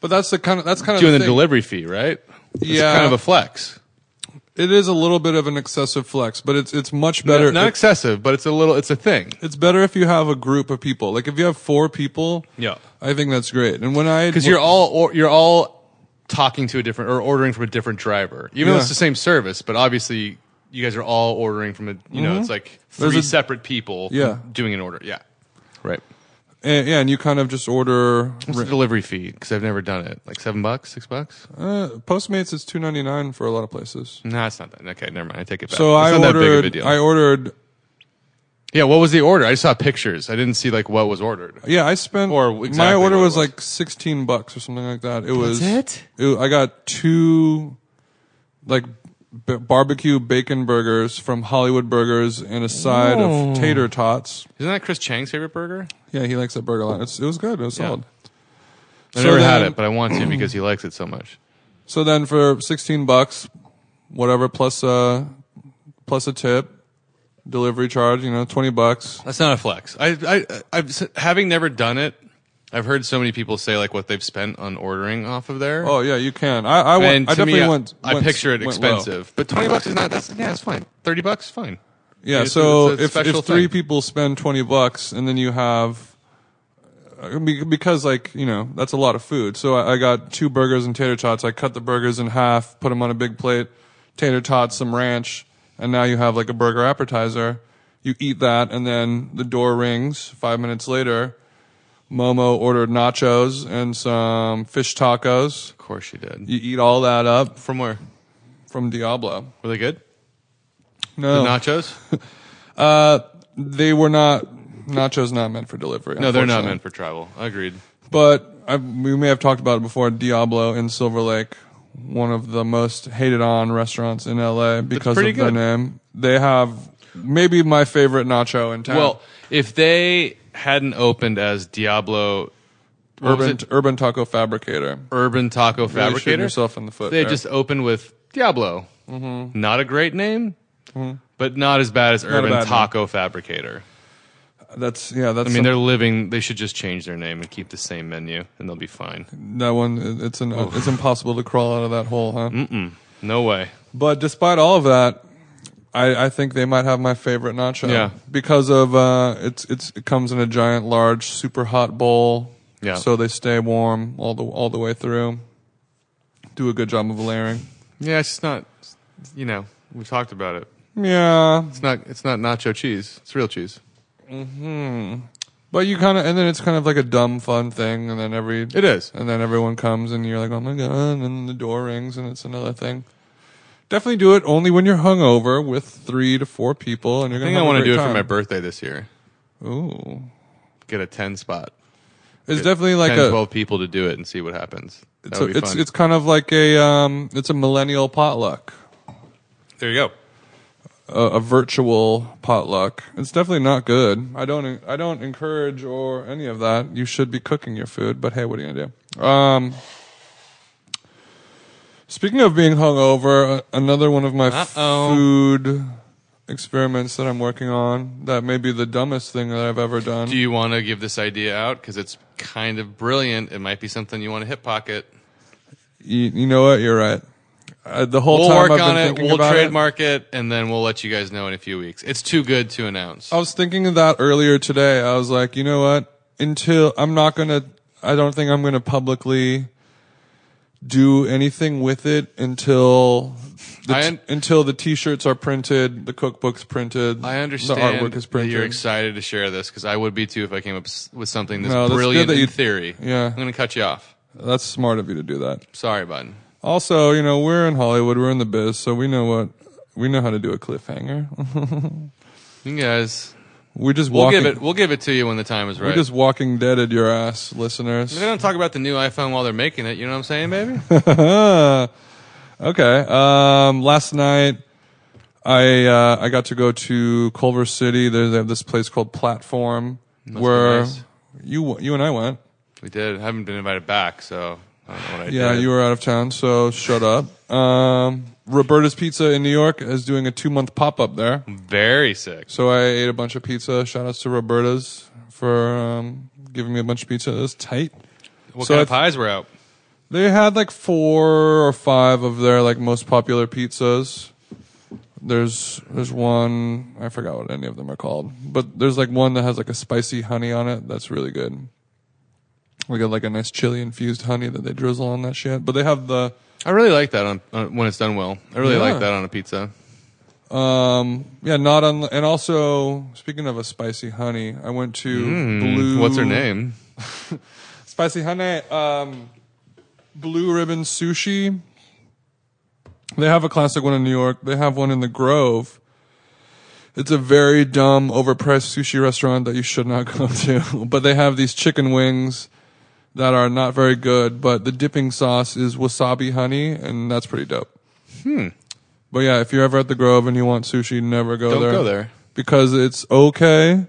[SPEAKER 3] But that's the kind of that's kind of
[SPEAKER 4] doing the
[SPEAKER 3] thing.
[SPEAKER 4] delivery fee, right? It's
[SPEAKER 3] Yeah.
[SPEAKER 4] kind of a flex.
[SPEAKER 3] It is a little bit of an excessive flex, but it's it's much better.
[SPEAKER 4] Not
[SPEAKER 3] if-
[SPEAKER 4] excessive, but it's a little. It's a thing.
[SPEAKER 3] it's better if you have a group of people. Like if you have four people,
[SPEAKER 4] Yeah.
[SPEAKER 3] I think that's great. And when I
[SPEAKER 4] because you're all or, you're all talking to a different or ordering from a different driver, even
[SPEAKER 3] Yeah.
[SPEAKER 4] though it's the same service. But obviously, you guys are all ordering from a you know it's like
[SPEAKER 3] Mm-hmm. There's
[SPEAKER 4] three
[SPEAKER 3] a-
[SPEAKER 4] separate people
[SPEAKER 3] Yeah.
[SPEAKER 4] doing an order. Yeah, right.
[SPEAKER 3] and, eh, yeah, and you kind of just order
[SPEAKER 4] What's the delivery fee? Because I've never done it. Like seven bucks, six bucks.
[SPEAKER 3] uh, Postmates is two ninety nine for a lot of places.
[SPEAKER 4] No, it's not that. Okay, never mind. I take it back.
[SPEAKER 3] So
[SPEAKER 4] it's
[SPEAKER 3] I
[SPEAKER 4] not that big of a
[SPEAKER 3] ordered.
[SPEAKER 4] deal.
[SPEAKER 3] I ordered.
[SPEAKER 4] yeah, what was the order? I just saw pictures. I didn't see like what was ordered.
[SPEAKER 3] Yeah, I spent.
[SPEAKER 4] Or
[SPEAKER 3] my
[SPEAKER 4] exactly
[SPEAKER 3] order
[SPEAKER 4] what it
[SPEAKER 3] was,
[SPEAKER 4] was.
[SPEAKER 3] like sixteen bucks or something like that. It was.
[SPEAKER 4] it?
[SPEAKER 3] I got two, like, b- barbecue bacon burgers from Hollywood Burgers and a side
[SPEAKER 4] Oh.
[SPEAKER 3] of tater tots.
[SPEAKER 4] Isn't that Chris Chang's favorite burger?
[SPEAKER 3] Yeah, he likes that burger a lot. It's, it was good. It was
[SPEAKER 4] Yeah.
[SPEAKER 3] solid.
[SPEAKER 4] I
[SPEAKER 3] So
[SPEAKER 4] never had
[SPEAKER 3] then-
[SPEAKER 4] it, but I want to because he likes it so much.
[SPEAKER 3] So then for 16 bucks, whatever, plus a, plus a tip, delivery charge, you know, 20 bucks.
[SPEAKER 4] That's not a flex. I, I, I've s- having never done it. I've heard so many people say like what they've spent on ordering off of there.
[SPEAKER 3] Oh yeah, you can. I, I,
[SPEAKER 4] and
[SPEAKER 3] went, I
[SPEAKER 4] to
[SPEAKER 3] definitely
[SPEAKER 4] me, I-
[SPEAKER 3] went,
[SPEAKER 4] I
[SPEAKER 3] went-
[SPEAKER 4] picture it
[SPEAKER 3] went low.
[SPEAKER 4] expensive, but twenty bucks is not. That's yeah, it's fine. Thirty bucks, fine.
[SPEAKER 3] Yeah.
[SPEAKER 4] It's-
[SPEAKER 3] so
[SPEAKER 4] it's a
[SPEAKER 3] if,
[SPEAKER 4] special
[SPEAKER 3] if three
[SPEAKER 4] thing.
[SPEAKER 3] people spend 20 bucks and then you have, uh, be- because like, you know, that's a lot of food. So I, I got two burgers and tater tots. I cut the burgers in half, put them on a big plate, tater tots, some ranch, and now you have like a burger appetizer. You eat that and then the door rings five minutes later. Momo ordered nachos and some fish tacos.
[SPEAKER 4] Of course you did.
[SPEAKER 3] You eat all that up
[SPEAKER 4] From where?
[SPEAKER 3] from Diablo.
[SPEAKER 4] Were they good?
[SPEAKER 3] No,
[SPEAKER 4] The nachos.
[SPEAKER 3] they were not Nachos not meant for delivery.
[SPEAKER 4] No, they're not
[SPEAKER 3] unfortunately.
[SPEAKER 4] meant for travel. Agreed.
[SPEAKER 3] But I, we may have talked about it before. Diablo in Silver Lake, one of the most hated on restaurants in LA because
[SPEAKER 4] pretty
[SPEAKER 3] of their
[SPEAKER 4] good.
[SPEAKER 3] name. They have maybe my favorite nacho in town.
[SPEAKER 4] Well, if they hadn't opened as Diablo what was
[SPEAKER 3] urban
[SPEAKER 4] it?
[SPEAKER 3] urban taco fabricator.
[SPEAKER 4] Urban Taco
[SPEAKER 3] Really shooting
[SPEAKER 4] Fabricator,
[SPEAKER 3] yourself in the foot.
[SPEAKER 4] they
[SPEAKER 3] there. Mm-hmm.
[SPEAKER 4] just opened with Diablo. Not a great name, but not as bad as
[SPEAKER 3] a bad
[SPEAKER 4] Urban
[SPEAKER 3] name.
[SPEAKER 4] Taco Fabricator.
[SPEAKER 3] that's yeah. That's
[SPEAKER 4] I mean,
[SPEAKER 3] some-
[SPEAKER 4] they're living. They should just change their name and keep the same menu, and they'll be fine.
[SPEAKER 3] that one. it- It's an
[SPEAKER 4] Oh.
[SPEAKER 3] it's impossible to crawl out of that hole, huh?
[SPEAKER 4] No way.
[SPEAKER 3] But despite all of that, I, I think they might have my favorite nacho.
[SPEAKER 4] Yeah.
[SPEAKER 3] Because of uh, it's it's it comes in a giant, large, super hot bowl.
[SPEAKER 4] Yeah.
[SPEAKER 3] So they stay warm all the all the way through. Do a good job of layering.
[SPEAKER 4] Yeah, it's just not. You know, we talked about it.
[SPEAKER 3] Yeah.
[SPEAKER 4] It's not. It's not nacho cheese. It's real cheese.
[SPEAKER 3] But you kind of and then it's kind of like a dumb fun thing, and then every
[SPEAKER 4] It is.
[SPEAKER 3] and then everyone comes and you're like, oh my god, and the door rings and it's another thing. Definitely do it only when you're hungover with three to four people, and you're
[SPEAKER 4] I
[SPEAKER 3] gonna.
[SPEAKER 4] think I
[SPEAKER 3] want to
[SPEAKER 4] do it for my birthday this year.
[SPEAKER 3] Ooh,
[SPEAKER 4] Get a ten spot.
[SPEAKER 3] it's definitely like
[SPEAKER 4] 10,
[SPEAKER 3] a
[SPEAKER 4] 12 people to do it and see what happens. That
[SPEAKER 3] So
[SPEAKER 4] would be
[SPEAKER 3] it's
[SPEAKER 4] fun.
[SPEAKER 3] it's kind of like a um, it's a millennial potluck,
[SPEAKER 4] there you go.
[SPEAKER 3] a, a virtual potluck. It's definitely not good. I don't I don't encourage or any of that. You should be cooking your food, but hey, what are you gonna do? Um, speaking of being hungover, a- another one of my
[SPEAKER 4] Uh-oh.
[SPEAKER 3] food experiments that I'm working on that may be the dumbest thing that I've ever done.
[SPEAKER 4] Do you want to give this idea out because it's kind of brilliant? It might be something you want to hip pocket.
[SPEAKER 3] you, you know what? You're right. Uh, the whole
[SPEAKER 4] We'll
[SPEAKER 3] time
[SPEAKER 4] work
[SPEAKER 3] I've been
[SPEAKER 4] on it.
[SPEAKER 3] thinking
[SPEAKER 4] We'll
[SPEAKER 3] about it-
[SPEAKER 4] trademark it. and then we'll let you guys know in a few weeks. It's too good to announce.
[SPEAKER 3] I was thinking of that earlier today. I was like, you know what? Until I'm not gonna, I don't think I'm gonna publicly do anything with it until the
[SPEAKER 4] I
[SPEAKER 3] t-
[SPEAKER 4] un-
[SPEAKER 3] until the t-shirts are printed, the cookbook's printed,
[SPEAKER 4] I
[SPEAKER 3] the
[SPEAKER 4] understand
[SPEAKER 3] artwork is
[SPEAKER 4] that
[SPEAKER 3] printed.
[SPEAKER 4] you're excited to share this because I would be too if I came up s- with something this
[SPEAKER 3] No, that's good
[SPEAKER 4] brilliant
[SPEAKER 3] that
[SPEAKER 4] in
[SPEAKER 3] you-
[SPEAKER 4] theory.
[SPEAKER 3] yeah.
[SPEAKER 4] I'm going to cut you off.
[SPEAKER 3] That's smart of you to do that.
[SPEAKER 4] Sorry, button.
[SPEAKER 3] Also, you know, we're in Hollywood, we're in the biz, so we know what we know how to do a cliffhanger. *laughs*
[SPEAKER 4] You guys,
[SPEAKER 3] We're just
[SPEAKER 4] we'll
[SPEAKER 3] walking.
[SPEAKER 4] give it. We'll give it to you when the time is right.
[SPEAKER 3] we're just walking dead at your ass, listeners.
[SPEAKER 4] If they don't talk about the new iPhone while they're making it. You know what I'm saying,
[SPEAKER 3] *laughs*
[SPEAKER 4] baby?
[SPEAKER 3] Okay. Um, last night, I uh, I got to go to Culver City. There they have this place called Platform, where
[SPEAKER 4] nice.
[SPEAKER 3] you you and I went.
[SPEAKER 4] we did. I haven't been invited back, so I don't know what I
[SPEAKER 3] Yeah,
[SPEAKER 4] did.
[SPEAKER 3] you were out of town, so shut up. Um, Roberta's Pizza in New York is doing a two month pop up there,
[SPEAKER 4] Hmm. very sick.
[SPEAKER 3] so I ate a bunch of pizza. Shout outs to Roberta's for um, giving me a bunch of pizza. It was tight.
[SPEAKER 4] What
[SPEAKER 3] So
[SPEAKER 4] kind
[SPEAKER 3] I
[SPEAKER 4] of pies were out?
[SPEAKER 3] They had like four or five of their like most popular pizzas. There's there's one I forgot what any of them are called, but there's like one that has like a spicy honey on it that's really good. We got like a nice chili infused honey that they drizzle on that shit. But they have the
[SPEAKER 4] I really like that on, on when it's done well. I really
[SPEAKER 3] Yeah.
[SPEAKER 4] like that on a pizza.
[SPEAKER 3] yeah not on and also speaking of a spicy honey, I went to Blue.
[SPEAKER 4] Hmm, What's her name?
[SPEAKER 3] Spicy honey, um, blue ribbon sushi. They have a classic one in New York. They have one in the Grove. It's a very dumb, overpriced sushi restaurant that you should not *laughs* go to. but they have these chicken wings that are not very good. But the dipping sauce is wasabi honey, and that's pretty dope. Hmm. But yeah, if you're ever at the Grove and you want sushi, never go
[SPEAKER 4] Don't
[SPEAKER 3] there.
[SPEAKER 4] go there.
[SPEAKER 3] because it's okay,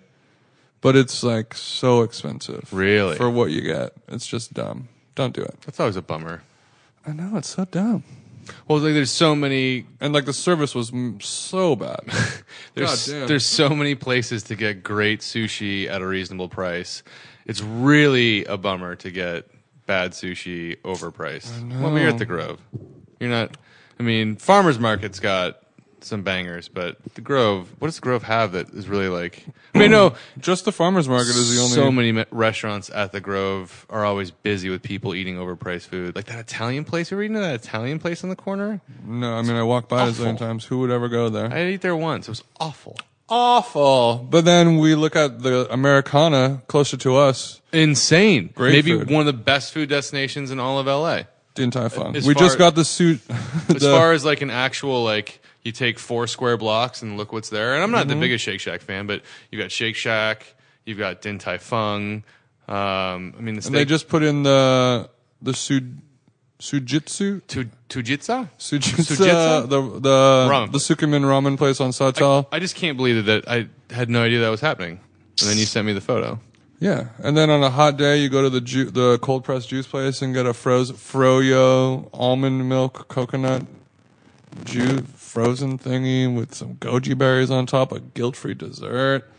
[SPEAKER 3] but it's like so expensive
[SPEAKER 4] Really?
[SPEAKER 3] for what you get. It's just dumb. Don't do it.
[SPEAKER 4] That's always a bummer.
[SPEAKER 3] I know it's so dumb.
[SPEAKER 4] Well, like, there's so many.
[SPEAKER 3] And like the service was mm, so
[SPEAKER 4] *laughs*
[SPEAKER 3] bad.
[SPEAKER 4] There's
[SPEAKER 3] God damn.
[SPEAKER 4] there's so many places to get great sushi at a reasonable price. It's really a bummer to get bad sushi overpriced. Well, you're at the Grove. You're not. I mean, Farmers Market's got some bangers, but the Grove. What does the Grove have that is really like? I mean, no.
[SPEAKER 3] just the farmers market is the only.
[SPEAKER 4] so many ma- restaurants at the Grove are always busy with people eating overpriced food. Like that Italian place we were eating, at, that Italian place on the corner.
[SPEAKER 3] no, I mean I walked by it a zillion
[SPEAKER 4] Awful.
[SPEAKER 3] times. Who would ever go there?
[SPEAKER 4] I ate there once. It was awful,
[SPEAKER 3] Awful. But then we look at the Americana closer to us.
[SPEAKER 4] insane.
[SPEAKER 3] Great
[SPEAKER 4] Maybe
[SPEAKER 3] food.
[SPEAKER 4] one of the best food destinations in all of LA.
[SPEAKER 3] *laughs* Din Tai Fung.
[SPEAKER 4] As
[SPEAKER 3] We
[SPEAKER 4] far-
[SPEAKER 3] just got the *laughs* suit.
[SPEAKER 4] As far as like an actual like. You
[SPEAKER 3] Mm-hmm.
[SPEAKER 4] take four square blocks and look what's there. And I'm not the biggest Shake Shack fan, but you got Shake Shack, You've got Din Tai Fung. Um, I mean, the
[SPEAKER 3] And they
[SPEAKER 4] steak,
[SPEAKER 3] just put in the the su, sujitsu
[SPEAKER 4] Tu- Tujitsa.
[SPEAKER 3] sujitsu
[SPEAKER 4] Sujitsu?
[SPEAKER 3] the the
[SPEAKER 4] Ramen
[SPEAKER 3] the
[SPEAKER 4] place.
[SPEAKER 3] Sukumin ramen place on Sawtell.
[SPEAKER 4] I just can't believe that, that I had no idea that was happening. And then you sent me the photo.
[SPEAKER 3] Yeah, and then on a hot day, you go to the ju- the cold pressed juice place and get a froze froyo almond milk coconut juice frozen thingy with some goji berries on top, a guilt free dessert.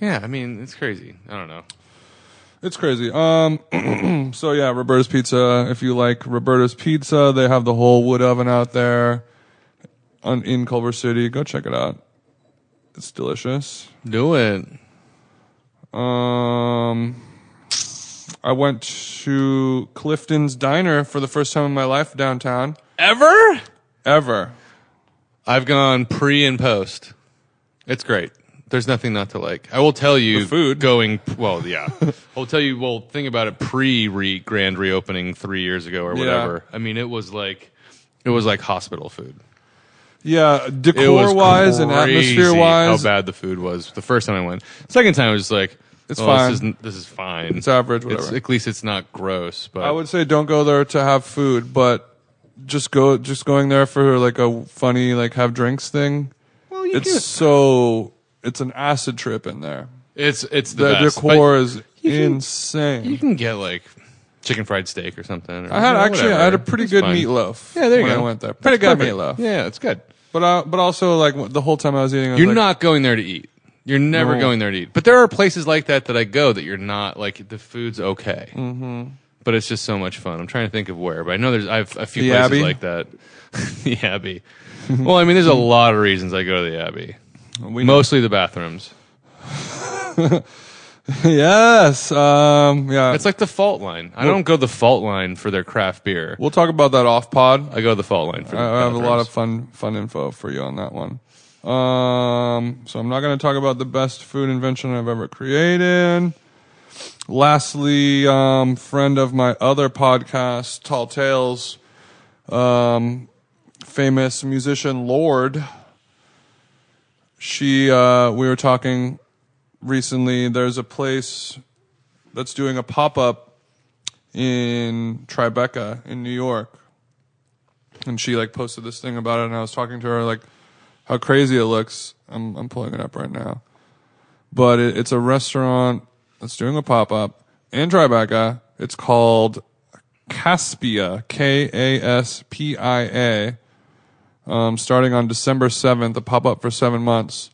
[SPEAKER 4] Yeah, I mean, it's crazy. I don't know.
[SPEAKER 3] It's crazy. Um, *clears throat* so yeah, Roberta's Pizza. If you like Roberta's Pizza, they have the whole wood oven out there, on, in Culver City. Go check it out. It's delicious.
[SPEAKER 4] Do it.
[SPEAKER 3] Um, I went to Clifton's Diner for the first time in my life downtown
[SPEAKER 4] Ever?
[SPEAKER 3] ever.
[SPEAKER 4] I've gone pre and post. It's great. There's nothing not to like. I will tell you
[SPEAKER 3] The food.
[SPEAKER 4] going
[SPEAKER 3] *laughs*
[SPEAKER 4] well, yeah. I'll tell you well thing about it pre re grand reopening 3 years ago or whatever. I mean, it was like it was like hospital food.
[SPEAKER 3] Yeah,
[SPEAKER 4] It was
[SPEAKER 3] decor wise and
[SPEAKER 4] crazy
[SPEAKER 3] atmosphere wise,
[SPEAKER 4] How bad the food was the first time I went. Second time I was just like
[SPEAKER 3] It's
[SPEAKER 4] well,
[SPEAKER 3] fine.
[SPEAKER 4] This, isn't, this is fine.
[SPEAKER 3] it's average. Whatever.
[SPEAKER 4] It's- at least it's not gross, but
[SPEAKER 3] I would say don't go there to have food, but just go, just going there for like a funny, like have drinks thing.
[SPEAKER 4] well, you
[SPEAKER 3] It's
[SPEAKER 4] can-
[SPEAKER 3] so, it's an acid trip in there.
[SPEAKER 4] it's it's the,
[SPEAKER 3] The
[SPEAKER 4] best, but
[SPEAKER 3] decor is
[SPEAKER 4] can-
[SPEAKER 3] insane.
[SPEAKER 4] You can get like chicken fried steak or something. or,
[SPEAKER 3] I had
[SPEAKER 4] you know,
[SPEAKER 3] actually, I
[SPEAKER 4] whatever.
[SPEAKER 3] had a pretty
[SPEAKER 4] It's
[SPEAKER 3] good
[SPEAKER 4] fine.
[SPEAKER 3] meatloaf.
[SPEAKER 4] Yeah, there you
[SPEAKER 3] when
[SPEAKER 4] go.
[SPEAKER 3] I went there. Pretty good
[SPEAKER 4] perfect.
[SPEAKER 3] meatloaf.
[SPEAKER 4] Yeah, it's good.
[SPEAKER 3] But uh, but also like the whole time I was eating, I was
[SPEAKER 4] You're
[SPEAKER 3] like,
[SPEAKER 4] not going there to eat. You're never
[SPEAKER 3] No.
[SPEAKER 4] going there to eat. But there are places like that that I go that you're not like the food's okay. Mm-hmm. But it's just so much fun. I'm trying to think of where, but I know there's I've a few
[SPEAKER 3] The
[SPEAKER 4] places
[SPEAKER 3] Abbey?
[SPEAKER 4] like that. *laughs* the Abbey. well, I mean,
[SPEAKER 3] *laughs*
[SPEAKER 4] there's a lot of reasons I go to the Abbey.
[SPEAKER 3] We know.
[SPEAKER 4] Mostly the bathrooms.
[SPEAKER 3] *laughs* yes. Um. Yeah.
[SPEAKER 4] It's like the fault line. I don't go the fault line for their craft beer.
[SPEAKER 3] we'll talk about that off pod.
[SPEAKER 4] I go the fault line for.
[SPEAKER 3] I,
[SPEAKER 4] the
[SPEAKER 3] I have a lot
[SPEAKER 4] bathrooms.
[SPEAKER 3] of fun fun info for you on that one. Um. So I'm not going to talk about the best food invention I've ever created. Lastly, um, friend of my other podcast, Tall Tales, um, famous musician Lord. She, uh, we were talking recently. There's a place that's doing a pop up in Tribeca in New York, and she like posted this thing about it, and I was talking to her like how crazy it looks. I'm I'm pulling it up right now, but it, it's a restaurant that's doing a pop up in Tribeca. It's called Caspia, K A S P I A. Um, starting on December seventh, a pop up for seven months,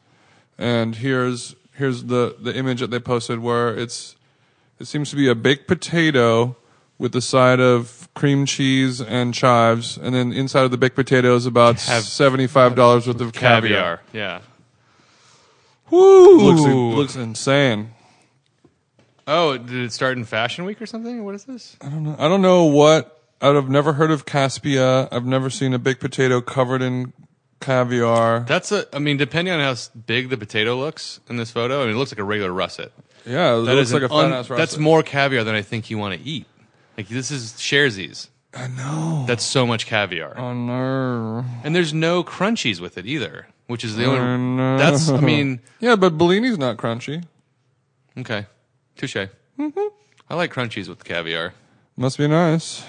[SPEAKER 3] and here's here's the the image that they posted where it's it seems to be a baked potato with the side of cream cheese and chives, and then inside of the baked potato is about
[SPEAKER 4] Cav-
[SPEAKER 3] seventy five dollars worth of caviar.
[SPEAKER 4] caviar. Yeah.
[SPEAKER 3] Woo! Looks, looks insane.
[SPEAKER 4] Oh, did it start in Fashion Week or something? What is this?
[SPEAKER 3] I don't know what. I've never heard of Caspia. I've never seen a baked potato covered in caviar.
[SPEAKER 4] That's a. I mean, depending on how s- big the potato looks in this photo, I mean, it looks like a regular russet.
[SPEAKER 3] yeah, it
[SPEAKER 4] That
[SPEAKER 3] looks
[SPEAKER 4] is
[SPEAKER 3] like a
[SPEAKER 4] an
[SPEAKER 3] fat
[SPEAKER 4] un-
[SPEAKER 3] ass
[SPEAKER 4] That's more caviar than I think you want to eat. Like this is Sharesies.
[SPEAKER 3] I know. Oh.
[SPEAKER 4] That's so much caviar,
[SPEAKER 3] I know.
[SPEAKER 4] and there's no crunchies with it either, which is the only.
[SPEAKER 3] I know.
[SPEAKER 4] That's.
[SPEAKER 3] *laughs*
[SPEAKER 4] I mean,
[SPEAKER 3] Yeah, but Bellini's not crunchy.
[SPEAKER 4] okay, touche.
[SPEAKER 3] Mm-hmm.
[SPEAKER 4] I like crunchies with caviar.
[SPEAKER 3] Must be nice.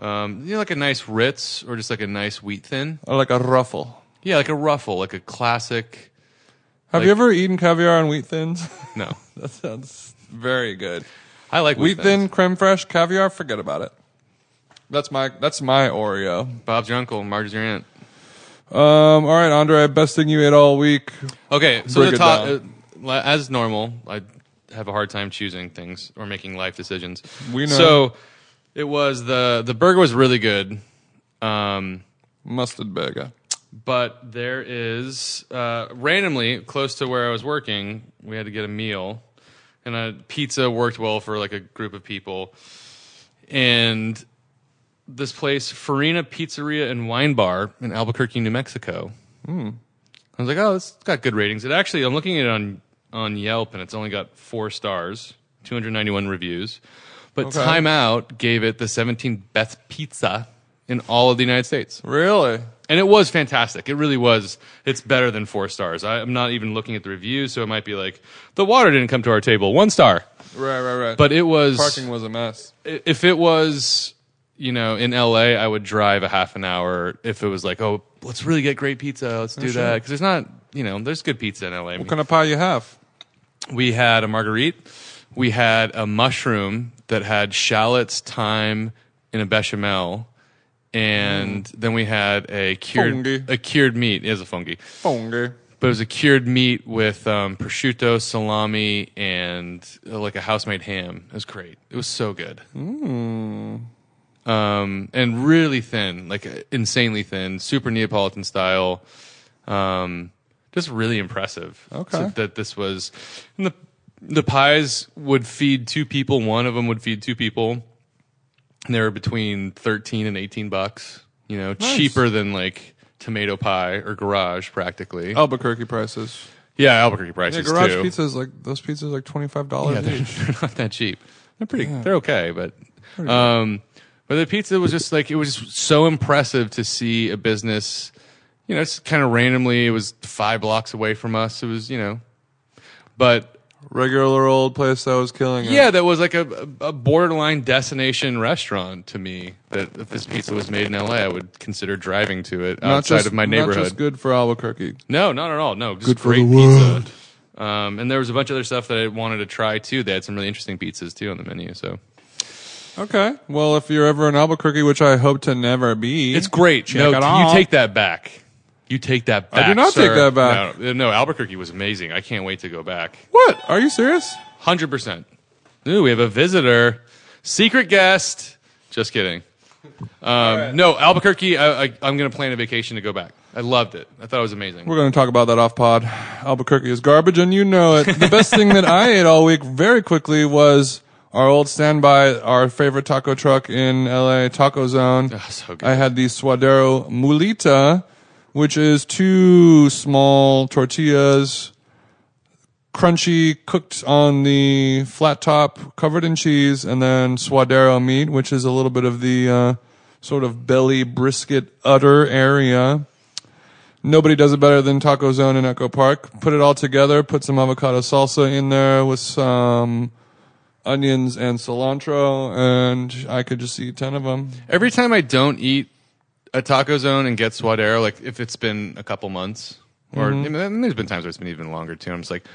[SPEAKER 4] Um, you know, like a nice Ritz or just like a nice wheat thin.
[SPEAKER 3] I like a ruffle.
[SPEAKER 4] Yeah, like a ruffle, like a classic.
[SPEAKER 3] Have you ever eaten caviar on wheat thins? *laughs*
[SPEAKER 4] No,
[SPEAKER 3] that sounds very good.
[SPEAKER 4] I like
[SPEAKER 3] Wheat
[SPEAKER 4] wheat, thins.
[SPEAKER 3] thin, creme fraiche, caviar. Forget about it. That's my that's my Oreo.
[SPEAKER 4] Bob's your uncle, Marge's your aunt.
[SPEAKER 3] Um. All right, Andre. Best thing you ate all week.
[SPEAKER 4] Okay, so
[SPEAKER 3] Break
[SPEAKER 4] the
[SPEAKER 3] it
[SPEAKER 4] top,
[SPEAKER 3] down.
[SPEAKER 4] uh, li- as normal, I have a hard time choosing things or making life decisions.
[SPEAKER 3] We know.
[SPEAKER 4] So it was the the burger was really good, um,
[SPEAKER 3] Mustard burger.
[SPEAKER 4] but there is uh, randomly close to where I was working, we had to get a meal, and a pizza worked well for like a group of people, and this place Farina Pizzeria and Wine Bar in Albuquerque, New Mexico. I was like, oh, it's got good ratings. It actually, I'm looking at it on on Yelp, and it's only got four stars, 291 reviews. But
[SPEAKER 3] Okay.
[SPEAKER 4] Time Out gave it the 17th best pizza in all of the United States.
[SPEAKER 3] Really?
[SPEAKER 4] And it was fantastic. It really was. It's better than four stars. I, I'm not even looking at the reviews, so it might be like the water didn't come to our table. One star,
[SPEAKER 3] Right, right, right.
[SPEAKER 4] but it was
[SPEAKER 3] parking was a mess.
[SPEAKER 4] if it was you know in la i would drive a half an hour if it was like oh let's really get great pizza let's
[SPEAKER 3] Oh,
[SPEAKER 4] do that because there's not you know there's good pizza in la I mean,
[SPEAKER 3] What kind of pie you have?
[SPEAKER 4] we had a marguerite we had a mushroom that had shallots thyme in a bechamel and then we had a cured
[SPEAKER 3] Mm. Fungi.
[SPEAKER 4] a cured meat it is a fungi
[SPEAKER 3] Pongy.
[SPEAKER 4] but it was a cured meat with um, prosciutto salami and uh, like a house made ham it was great it was so good um, and really thin, like uh, insanely thin, super Neapolitan style. Um, just really impressive.
[SPEAKER 3] Okay.
[SPEAKER 4] So that this was, and the the pies would feed two people. One of them would feed two people. And they were between thirteen and eighteen bucks. You know, cheaper than like tomato pie or garage practically.
[SPEAKER 3] Albuquerque prices.
[SPEAKER 4] yeah, Albuquerque prices
[SPEAKER 3] Yeah, garage
[SPEAKER 4] too.
[SPEAKER 3] pizzas like those pizzas are like twenty five dollars
[SPEAKER 4] Yeah, they're, *laughs*
[SPEAKER 3] each.
[SPEAKER 4] they're not that cheap. They're pretty. They're okay, but um, but the pizza was just like it was just so impressive to see a business. You know, it's kind of randomly. It was five blocks away from us. It was you know, but
[SPEAKER 3] Regular old place that was killing it.
[SPEAKER 4] yeah, that was like a, a borderline destination restaurant to me. That if this pizza was made in L.A., I would consider driving to it
[SPEAKER 3] Not
[SPEAKER 4] outside
[SPEAKER 3] just-
[SPEAKER 4] of my
[SPEAKER 3] Not
[SPEAKER 4] neighborhood.
[SPEAKER 3] just good for Albuquerque.
[SPEAKER 4] No, not at all. No, just
[SPEAKER 3] Good for
[SPEAKER 4] great
[SPEAKER 3] the world.
[SPEAKER 4] pizza. Um, and there was a bunch of other stuff that I wanted to try too. They had some really interesting pizzas too on the menu. So
[SPEAKER 3] Okay. Well, if you're ever in Albuquerque, which I hope to never be,
[SPEAKER 4] It's great.
[SPEAKER 3] Check
[SPEAKER 4] no,
[SPEAKER 3] it
[SPEAKER 4] you
[SPEAKER 3] out.
[SPEAKER 4] take that back. You take that
[SPEAKER 3] I
[SPEAKER 4] back.
[SPEAKER 3] do not
[SPEAKER 4] sir.
[SPEAKER 3] take that back.
[SPEAKER 4] No, no, Albuquerque was amazing. I can't wait to go back.
[SPEAKER 3] What? Are you serious?
[SPEAKER 4] 100%. Ooh, we have a visitor. Secret guest. Just kidding. Um, No, Albuquerque, I, I, I'm going to plan a vacation to go back. I loved it. I thought it was amazing.
[SPEAKER 3] We're going to talk about that off pod. Albuquerque is garbage, and you know it. The best thing that I ate all week, very quickly, was our old standby, our favorite taco truck in LA, Taco Zone.
[SPEAKER 4] so good.
[SPEAKER 3] I had the suadero mulita, which is two small tortillas, crunchy, cooked on the flat top, covered in cheese, and then suadero meat, which is a little bit of the uh, sort of belly brisket udder area. Nobody does it better than Taco Zone in Echo Park. Put it all together, put some avocado salsa in there with some onions and cilantro, and I could just eat 10 of them.
[SPEAKER 4] Every time I don't eat a taco zone and get suadero, like if it's been a couple months, or
[SPEAKER 3] Mm-hmm.
[SPEAKER 4] I mean, and there's been times where it's been even longer too. I'm just like,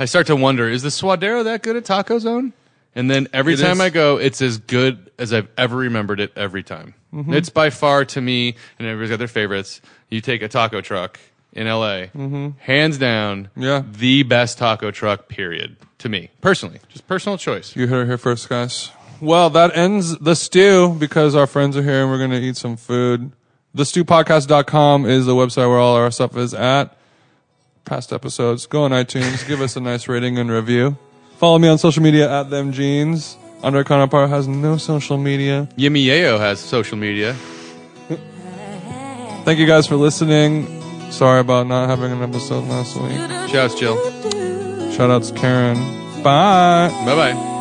[SPEAKER 4] I start to wonder, is the suadero that good at taco zone? And then every
[SPEAKER 3] It
[SPEAKER 4] time
[SPEAKER 3] is.
[SPEAKER 4] I go, it's as good as I've ever remembered it every time.
[SPEAKER 3] Mm-hmm.
[SPEAKER 4] It's by far to me, and everybody's got their favorites. You take a taco truck in LA, hands down,
[SPEAKER 3] Mm-hmm. Yeah.
[SPEAKER 4] the best taco truck, period, to me personally. Just personal choice.
[SPEAKER 3] You heard it here first, guys. Well, that ends the stew because our friends are here and we're going to eat some food. Thestewpodcast.com is the website where all our stuff is at. Past episodes. Go on iTunes. give us a nice rating and review. Follow me on social media at them jeans. Andre Conopar has no social media.
[SPEAKER 4] Yimmy Yeo has social media.
[SPEAKER 3] Thank you guys for listening. Sorry about not having an episode last week.
[SPEAKER 4] Shouts, Jill.
[SPEAKER 3] Shoutouts Karen. Bye.
[SPEAKER 4] Bye bye.